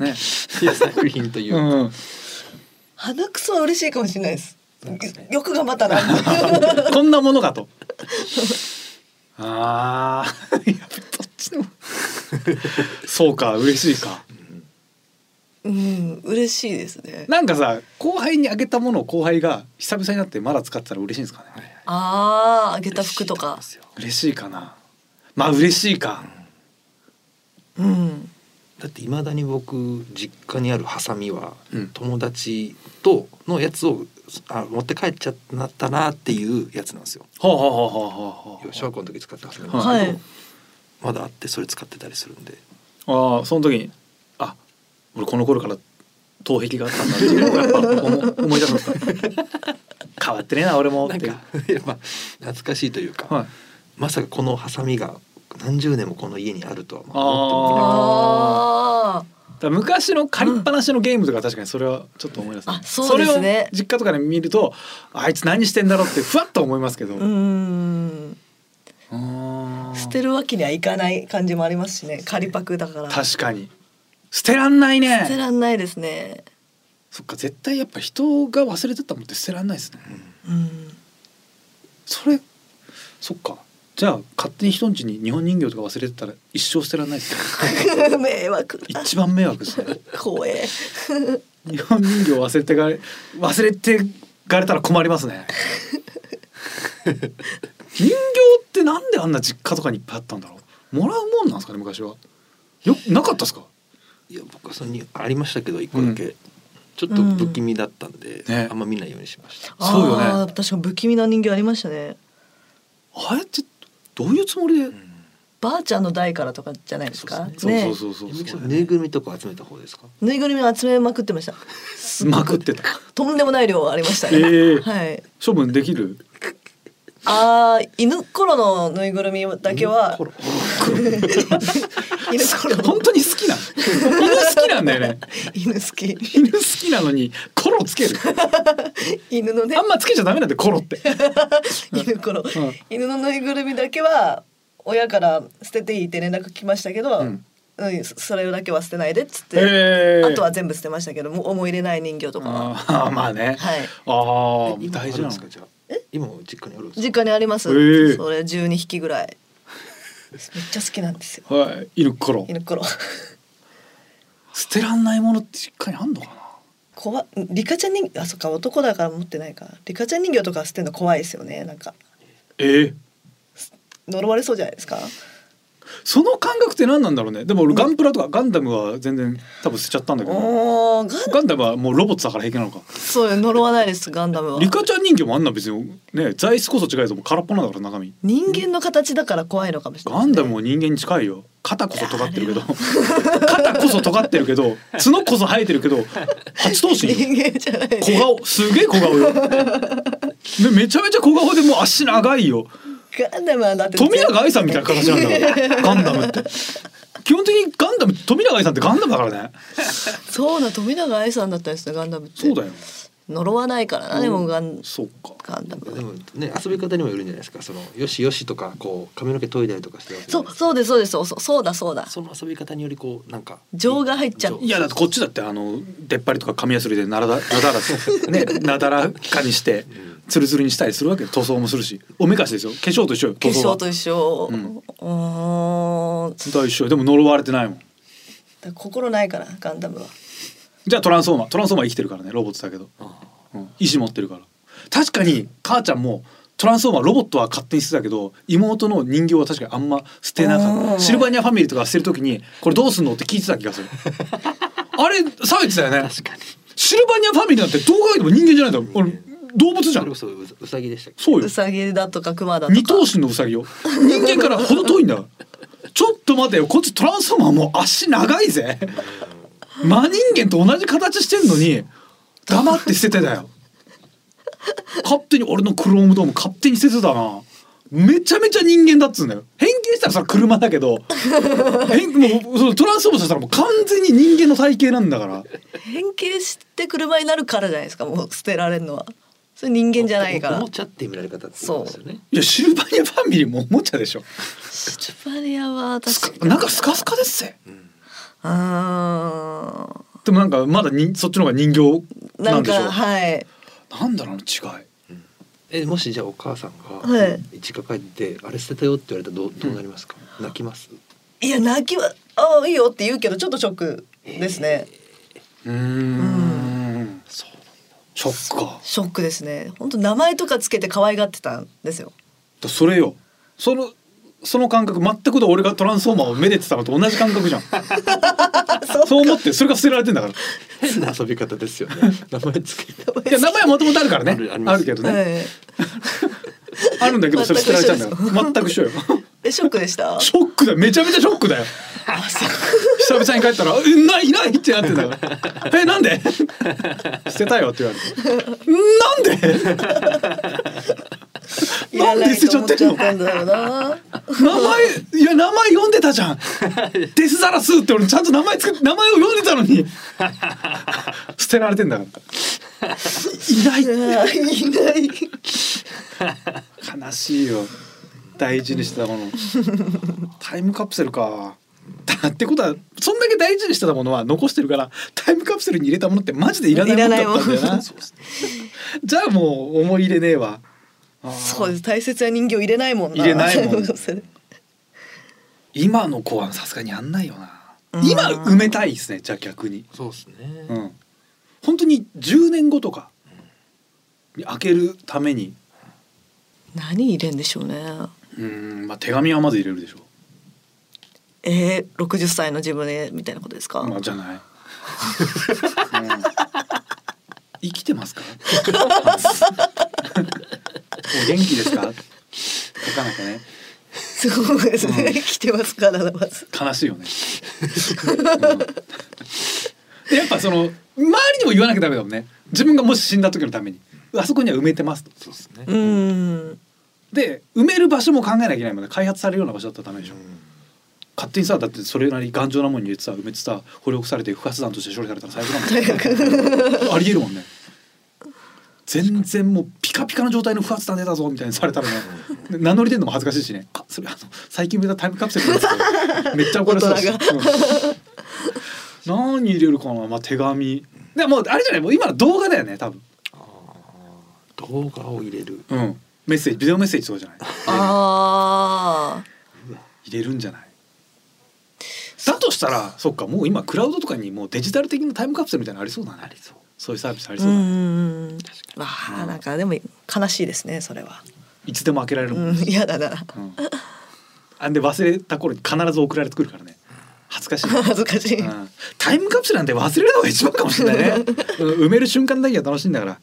[SPEAKER 1] ね、
[SPEAKER 2] いや作品という
[SPEAKER 1] う
[SPEAKER 2] か、
[SPEAKER 1] ん、
[SPEAKER 5] 鼻くそは嬉しいかもしれないです。
[SPEAKER 2] なんかね
[SPEAKER 5] よく頑張ったな。
[SPEAKER 1] こんなものかとああやべどっちでもそうか嬉しいか
[SPEAKER 3] うん嬉しいですね
[SPEAKER 1] なんかさ後輩にあげたものを後輩が久々になってまだ使ってたら嬉しいんですかね、
[SPEAKER 3] あああげた服とか
[SPEAKER 2] 嬉しいんですよ
[SPEAKER 1] 嬉しいかなまあ嬉しいか
[SPEAKER 3] うん
[SPEAKER 2] だっていまだに僕実家にあるハサミは、
[SPEAKER 1] うん
[SPEAKER 2] 友達とのやつをあ持って帰っちゃったなっていうやつなんですよ
[SPEAKER 1] ほうほうほうほうほうほう
[SPEAKER 2] 小学校の時使ったハサミなんですけど、
[SPEAKER 3] はい
[SPEAKER 2] まだあってそれ使ってたりするんで
[SPEAKER 1] ああその時にあ俺この頃から頭壁があったんだっていうのをやっぱ思思い出すんですか 変わってねえな俺もっ
[SPEAKER 2] なん
[SPEAKER 1] て
[SPEAKER 2] かやっぱ懐かしいというか、
[SPEAKER 1] はい
[SPEAKER 2] まさかこのハサミが何十年もこの家にあるとはまあ思ってもいなかっ
[SPEAKER 1] あ
[SPEAKER 3] あ
[SPEAKER 1] だから昔の借りっぱなしのゲームとか確かにそれはちょっと思い出す、
[SPEAKER 3] あそうですね
[SPEAKER 1] それを実家とかで見るとあいつ何してんだろうってふわっと思いますけど、
[SPEAKER 3] あうん
[SPEAKER 1] あー
[SPEAKER 3] 捨てるわけにはいかない感じもありますしね仮パクだから
[SPEAKER 1] 確かに捨てらんないね
[SPEAKER 3] 捨てらんないですね
[SPEAKER 1] そっか絶対やっぱ人が忘れてたもんって捨てらんないですね、
[SPEAKER 2] たうん
[SPEAKER 3] うん
[SPEAKER 1] それそっかじゃあ勝手に人んちに日本人形とか忘れてたら一生捨てらんないです ね
[SPEAKER 3] 迷惑だ
[SPEAKER 1] 一番迷惑ですね
[SPEAKER 3] 怖え
[SPEAKER 1] 日本人形忘れてがれ忘れてがれたら困りますね人形ってなんであんな実家とかにいっぱいあったんだろうもらうもんなんですかね昔はよなかったですか
[SPEAKER 2] いや僕はそのにありましたけど一個だけ、ちょっと不気味だったんで、
[SPEAKER 1] うんね
[SPEAKER 2] あんま見ないようにしました、
[SPEAKER 1] そうよね
[SPEAKER 3] あー確かに不気味な人形ありましたね
[SPEAKER 1] あれってどういうつもりで、
[SPEAKER 2] うん
[SPEAKER 3] ばあちゃんの代からとかじゃないですか
[SPEAKER 1] そうそう
[SPEAKER 3] ね
[SPEAKER 1] そうそう
[SPEAKER 2] ゆみき
[SPEAKER 1] そ
[SPEAKER 2] さ
[SPEAKER 1] うん
[SPEAKER 2] ぬいぐるみとか集めた方ですか
[SPEAKER 3] ぬいぐるみを集めまくってました
[SPEAKER 1] まくってた
[SPEAKER 3] とんでもない量ありましたね、
[SPEAKER 1] えー
[SPEAKER 3] はい
[SPEAKER 1] 処分できる
[SPEAKER 3] あー犬頃のぬいぐるみだけは
[SPEAKER 2] ほら
[SPEAKER 3] 犬頃の
[SPEAKER 1] 本当に好きなの犬好きなんだよね
[SPEAKER 3] 犬好き
[SPEAKER 1] 犬好きなのにコロつ ける
[SPEAKER 3] 犬のね
[SPEAKER 1] あんまつけちゃダメなんでコロ って
[SPEAKER 3] 犬頃、
[SPEAKER 1] ん
[SPEAKER 3] 犬のぬいぐるみだけは親から捨てていいって連絡来ましたけど、
[SPEAKER 1] う
[SPEAKER 3] うんんそれだけは捨てないでっつって、
[SPEAKER 1] へー
[SPEAKER 3] あとは全部捨てましたけどもう思い入れない人形とかは
[SPEAKER 1] あーまあね、
[SPEAKER 3] はい
[SPEAKER 1] ああ
[SPEAKER 2] え今
[SPEAKER 1] 大
[SPEAKER 2] あ
[SPEAKER 1] 事な
[SPEAKER 2] るんで
[SPEAKER 1] の
[SPEAKER 2] すかじゃあ今も実家にあるんですか
[SPEAKER 3] 実家にあります、
[SPEAKER 1] へー
[SPEAKER 3] それ12匹ぐらいめっちゃ好きなんですよ
[SPEAKER 1] はい犬コロ
[SPEAKER 3] 犬頃
[SPEAKER 1] 捨てらんないものって実家にあんのかな
[SPEAKER 3] 怖リカちゃん人形あそっか男だから持ってないからリカちゃん人形とか捨てるの怖いですよねなんか
[SPEAKER 1] ええ
[SPEAKER 3] 呪われそうじゃないですか
[SPEAKER 1] その感覚って何なんだろうねでも俺ガンプラとかガンダムは全然多分捨てちゃったんだけど
[SPEAKER 3] おーガン
[SPEAKER 1] ガンダムはもうロボットだから平気なのか
[SPEAKER 4] そう呪わないですガンダムは
[SPEAKER 1] リカちゃん人形もあんな別にね材質こそ違いぞもう空っぽなんだから中身
[SPEAKER 4] 人間の形だから怖いのかもしれない
[SPEAKER 1] ガンダムも人間に近いよ肩こそ尖ってる けど肩こそ尖ってるけど角こそ生えてる けど八頭身よ
[SPEAKER 4] 人間じゃない
[SPEAKER 1] 小顔すげえ小顔よめめちゃめちゃ小顔でもう足長いよ
[SPEAKER 3] ガンダムはだって
[SPEAKER 1] 富永愛さんみたいな形なん だからガンダムって基本的にガンダム富永愛さんってガンダムだからね
[SPEAKER 4] そうだ富永愛さんだったんですねガンダムって
[SPEAKER 1] そうだよ
[SPEAKER 4] 呪わないからなでもガン
[SPEAKER 1] そっか
[SPEAKER 4] ガンダム
[SPEAKER 2] でもね遊び方にもよるんじゃないですかそのよしよしとかこう髪の毛研いだりとかしてるわけじゃ
[SPEAKER 4] そ
[SPEAKER 2] ないうですか
[SPEAKER 4] そうですそうですそうそうだそうだ
[SPEAKER 2] その遊び方によりこうなんか
[SPEAKER 4] 情が入っちゃう
[SPEAKER 2] 情
[SPEAKER 1] いやだってこっちだってあの出っ張りとか紙やすりでなだらなだらねなだらかにしてつるつるにしたりするわけよ塗装もするしおめかしですよ化粧と一緒よ
[SPEAKER 4] 化
[SPEAKER 1] 塗装
[SPEAKER 4] 粧
[SPEAKER 1] は
[SPEAKER 4] と一緒、
[SPEAKER 1] う
[SPEAKER 4] うんーん
[SPEAKER 1] と一緒よでも呪われてないもん
[SPEAKER 3] だから心ないからガンダムは
[SPEAKER 1] じゃあトランスフォーマートランスフォーマー生きてるからねロボットだけど、
[SPEAKER 2] あ
[SPEAKER 1] うん、意志持ってるから確かに母ちゃんもトランスフォーマーロボットは勝手に捨てたけど妹の人形は確かにあんま捨てなかっ
[SPEAKER 3] う
[SPEAKER 1] た
[SPEAKER 3] ん
[SPEAKER 1] シルバニアファミリーとか捨てる時にこれどうすんのって聞いてた気がするあれ騒いでたよね
[SPEAKER 2] 確かに
[SPEAKER 1] シルバニアファミリーなんてどう考えても人間じゃないんだよ俺動物じゃ
[SPEAKER 2] それ
[SPEAKER 1] ん
[SPEAKER 2] こそううさぎでしたっけ
[SPEAKER 1] そうよ
[SPEAKER 4] うさぎだとか熊だとか
[SPEAKER 1] 二頭身のウサギよ人間から程遠いんだよちょっと待てよこっちトランスフォーマーもう足長いぜ真人間と同じ形してんのに黙って捨ててたよ勝手に俺のクロームドーム勝手に捨ててたなめちゃめちゃ人間だっつうんだよ変形したらそれは車だけど変もうそのトランスフォーマーしたらもう完全に人間の体型なんだから
[SPEAKER 4] 変形して車になるからじゃないですかもう捨てられるのはそれ人間じゃないか
[SPEAKER 2] お
[SPEAKER 4] ら
[SPEAKER 2] もちゃっていう見られ方ってことですよね
[SPEAKER 1] いやシルバニアファミリーもおもちゃでしょ
[SPEAKER 4] シュパリアは
[SPEAKER 1] ス
[SPEAKER 4] 確
[SPEAKER 1] カなんかスカスカですぜ
[SPEAKER 4] あ
[SPEAKER 1] でもなんかまだにそっちの方が人形
[SPEAKER 4] ーな
[SPEAKER 1] なん
[SPEAKER 4] ん
[SPEAKER 1] でしょ
[SPEAKER 4] かはい
[SPEAKER 1] なんだろうな違い
[SPEAKER 2] えもしじゃあお母さんが
[SPEAKER 4] はい
[SPEAKER 2] 実家帰ってあれ捨てたよって言われたらどうどうなりますか泣きます
[SPEAKER 3] いや泣きはああいいよって言うけどちょっとショックですね、
[SPEAKER 1] うーんそうなんだショックか
[SPEAKER 4] ショックですね本当名前とかつけて可愛がってたんですよ
[SPEAKER 1] だそれよそのその感覚全くだ俺がトランスフォーマーをめでてたのと同じ感覚じゃんそう思ってそれが捨てられてんだからい
[SPEAKER 2] 変な遊び方ですよね名前つけた
[SPEAKER 1] や名前はもともとあるからね
[SPEAKER 2] ある
[SPEAKER 1] あ
[SPEAKER 2] あ
[SPEAKER 1] る
[SPEAKER 2] ります
[SPEAKER 1] けど
[SPEAKER 4] は
[SPEAKER 1] ね、
[SPEAKER 4] い
[SPEAKER 1] あるんだけどそれ捨てられちゃうんだよ全く一緒よ
[SPEAKER 4] えショックで した
[SPEAKER 1] ショックだよめちゃめちゃショックだよ久々に帰ったら「えないない」ってなってたから「えなんで? 」捨てたよって言われて「なんで?」
[SPEAKER 3] いらないと思っちゃったんだろ うな
[SPEAKER 1] 名前いや名前読んでた じゃんデスザラスって俺ちゃんと名前つけ名前を読んでたの に捨てられてんだからいない
[SPEAKER 3] いない
[SPEAKER 1] 悲しいよ大事にしてたものタイムカプセルかだってことはそんだけ大事にしてたものは残してるからタイムカプセルに入れたものってマジでいらないものだったんだよ
[SPEAKER 4] いらないも
[SPEAKER 1] な
[SPEAKER 4] ん
[SPEAKER 1] そうそうじゃあもう思い入れねえわあー
[SPEAKER 3] そうです大切な人形入れないもんな
[SPEAKER 1] 入れない もん
[SPEAKER 3] それ
[SPEAKER 1] 今の子はさすがにやんないよな
[SPEAKER 4] うん
[SPEAKER 1] 今埋めたいですねじゃあ逆に
[SPEAKER 2] そうですね、
[SPEAKER 1] うん、本当に10年後とかに開けるために
[SPEAKER 4] 何入れんでしょうね
[SPEAKER 1] うん、まあ、手紙はまず入れるでしょ
[SPEAKER 4] えー、60歳の自分へみたいなことですか、
[SPEAKER 1] まあ、じゃない、うん生きてますかお元気ですか書かなきゃね
[SPEAKER 4] そうですね、
[SPEAKER 1] うん
[SPEAKER 4] 来てますからまず
[SPEAKER 1] 悲しいよね、うんでやっぱその周りにも言わなきゃダメだもんね自分がもし死んだ時のためにあそこには埋めてますと
[SPEAKER 2] そうですね、
[SPEAKER 4] う
[SPEAKER 2] うん
[SPEAKER 4] ん
[SPEAKER 1] で埋める場所も考えなきゃいけないもんね開発されるような場所だったらダメでしょ、勝手にさだってそれなりに頑丈なもんに入れてさ埋めてさ掘り起こされて不発弾として処理されたら最悪 だもんありえるもんね全然もうピカピカの状態の不発弾出たぞみたいにされたらねで名乗り出んのも恥ずかしいしねあそれあの最近埋めたタイムカプセルなんですけどめっちゃ怒られそうだし、
[SPEAKER 4] 大
[SPEAKER 1] うん何入れるかな、まあ、手紙でもうあれじゃないもう今の動画だよね多分、
[SPEAKER 2] あー動画を入れる
[SPEAKER 1] うん、メッセージビデオメッセージとかじゃない
[SPEAKER 4] ああ
[SPEAKER 1] 入れるんじゃないだとしたらそっかもう今クラウドとかにもうデジタル的なタイムカプセルみたいなのありそうだ
[SPEAKER 2] あ
[SPEAKER 1] ね
[SPEAKER 2] りそう
[SPEAKER 1] そういうサービスあり
[SPEAKER 3] う
[SPEAKER 1] そ
[SPEAKER 3] ん
[SPEAKER 1] う
[SPEAKER 3] う
[SPEAKER 1] だね、
[SPEAKER 3] んうん。わあなんかでも悲しいですねそれは。
[SPEAKER 1] いつでも開けられるもん、
[SPEAKER 3] うん嫌だな。
[SPEAKER 1] うんあんで忘れた頃に必ず送られてくるからね恥ずかしい、
[SPEAKER 3] 恥ずかしい。
[SPEAKER 1] うんタイムカプセルなんて忘れるのが一番かもしれないね、うん埋める瞬間だけが楽しいんだから、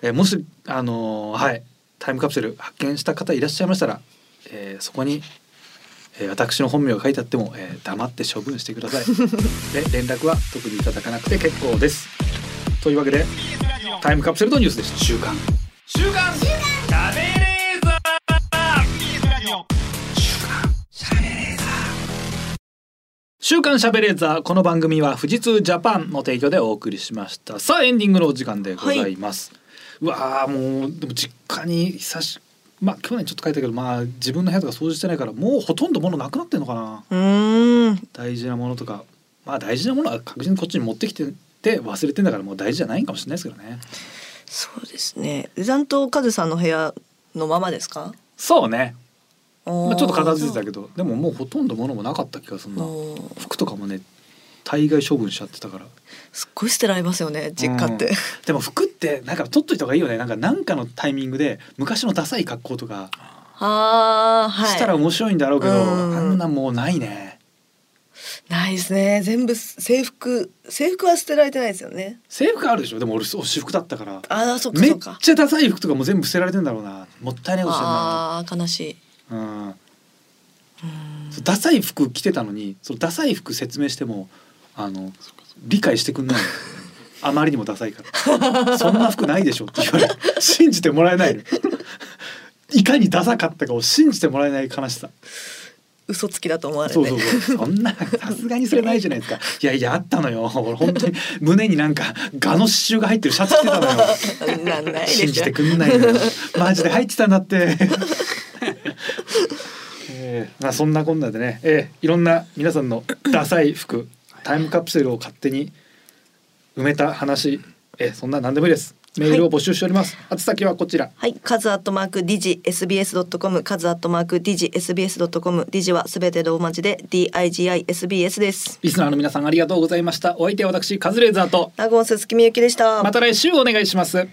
[SPEAKER 1] えーもしあのーはいタイムカプセル発見した方いらっしゃいましたら、えーそこに、えー私の本名が書いてあっても、えー黙って処分してくださいで連絡は特にいただかなくて結構ですというわけでタイムカプセルのニュースでした週刊週刊しゃべレーザーこの番組は富士通ジャパンの提供でお送りしましたさあエンディングのお時間でございます、うわーもうでも実家に久しまあ去年ちょっと書いたけどまあ自分の部屋とか掃除してないからもうほとんど物なくなってんのかな
[SPEAKER 3] うーん。
[SPEAKER 1] 大事なものとかまあ大事なものは確実にこっちに持ってきてて忘れてんだからもう大事じゃないんかもしれないですけどね
[SPEAKER 3] そうですね。残党カズさんの部屋のままですか？
[SPEAKER 1] そうね、
[SPEAKER 3] ま
[SPEAKER 1] まあ、ちょっと片付いてた
[SPEAKER 3] け
[SPEAKER 1] けどでももうほとんど物もなかった気がするな
[SPEAKER 3] ど。
[SPEAKER 1] 服とかもね大概処分しちゃってたから
[SPEAKER 3] すっごい捨てられますよね実家って。
[SPEAKER 1] でも服ってなんか取っといた方がいいよねなんかなんかのタイミングで昔のダサい格好とか
[SPEAKER 3] ああはい。
[SPEAKER 1] したら面白いんだろうけど、
[SPEAKER 3] うん
[SPEAKER 1] あんなもうないね
[SPEAKER 3] ないですね。全部制服制服は捨てられてないですよね。
[SPEAKER 1] 制服あるでしょでも俺そう私服だったから
[SPEAKER 3] ああそっか
[SPEAKER 1] め
[SPEAKER 3] そ
[SPEAKER 1] っ
[SPEAKER 3] っか。
[SPEAKER 1] ちゃダサい服とかも全部捨てられてんだろうなもったいないことしてんな
[SPEAKER 3] ああ悲しい。
[SPEAKER 1] うん
[SPEAKER 3] うーん
[SPEAKER 1] そうダサい服着てたのにそのダサい服説明してもあの理解してくんないのあまりにもダサいから「そんな服ないでしょ」って言われる信じてもらえないのいかにダサかったかを信じてもらえない悲しさ
[SPEAKER 3] 嘘つきだと思われて。
[SPEAKER 1] そうそうそう。そんなさすがにそれないじゃないですか。いやいやあったのよ。俺本当に胸になんかガの刺繍が入ってるシャツ着てたのよ。
[SPEAKER 3] なんないでしょ
[SPEAKER 1] 信じてくんないの よ。マジで入ってたんだって。えーまあそんなこんなでね、えーいろんな皆さんのダサい服、タイムカプセルを勝手に埋めた話、えーそんな何でもいいです。メールを募集しております。宛先はこちら。
[SPEAKER 3] はい、カズアットマークディジ SBS ドットコム、カズアットマークディジ SBS ドットコム、ディジはすべてローマ字で D I G I S B S です。
[SPEAKER 1] リスナーの皆さんありがとうございました。お相手は私カズレーザーと。
[SPEAKER 3] ナゴンス月見ゆきでした。
[SPEAKER 1] また来週お願いします。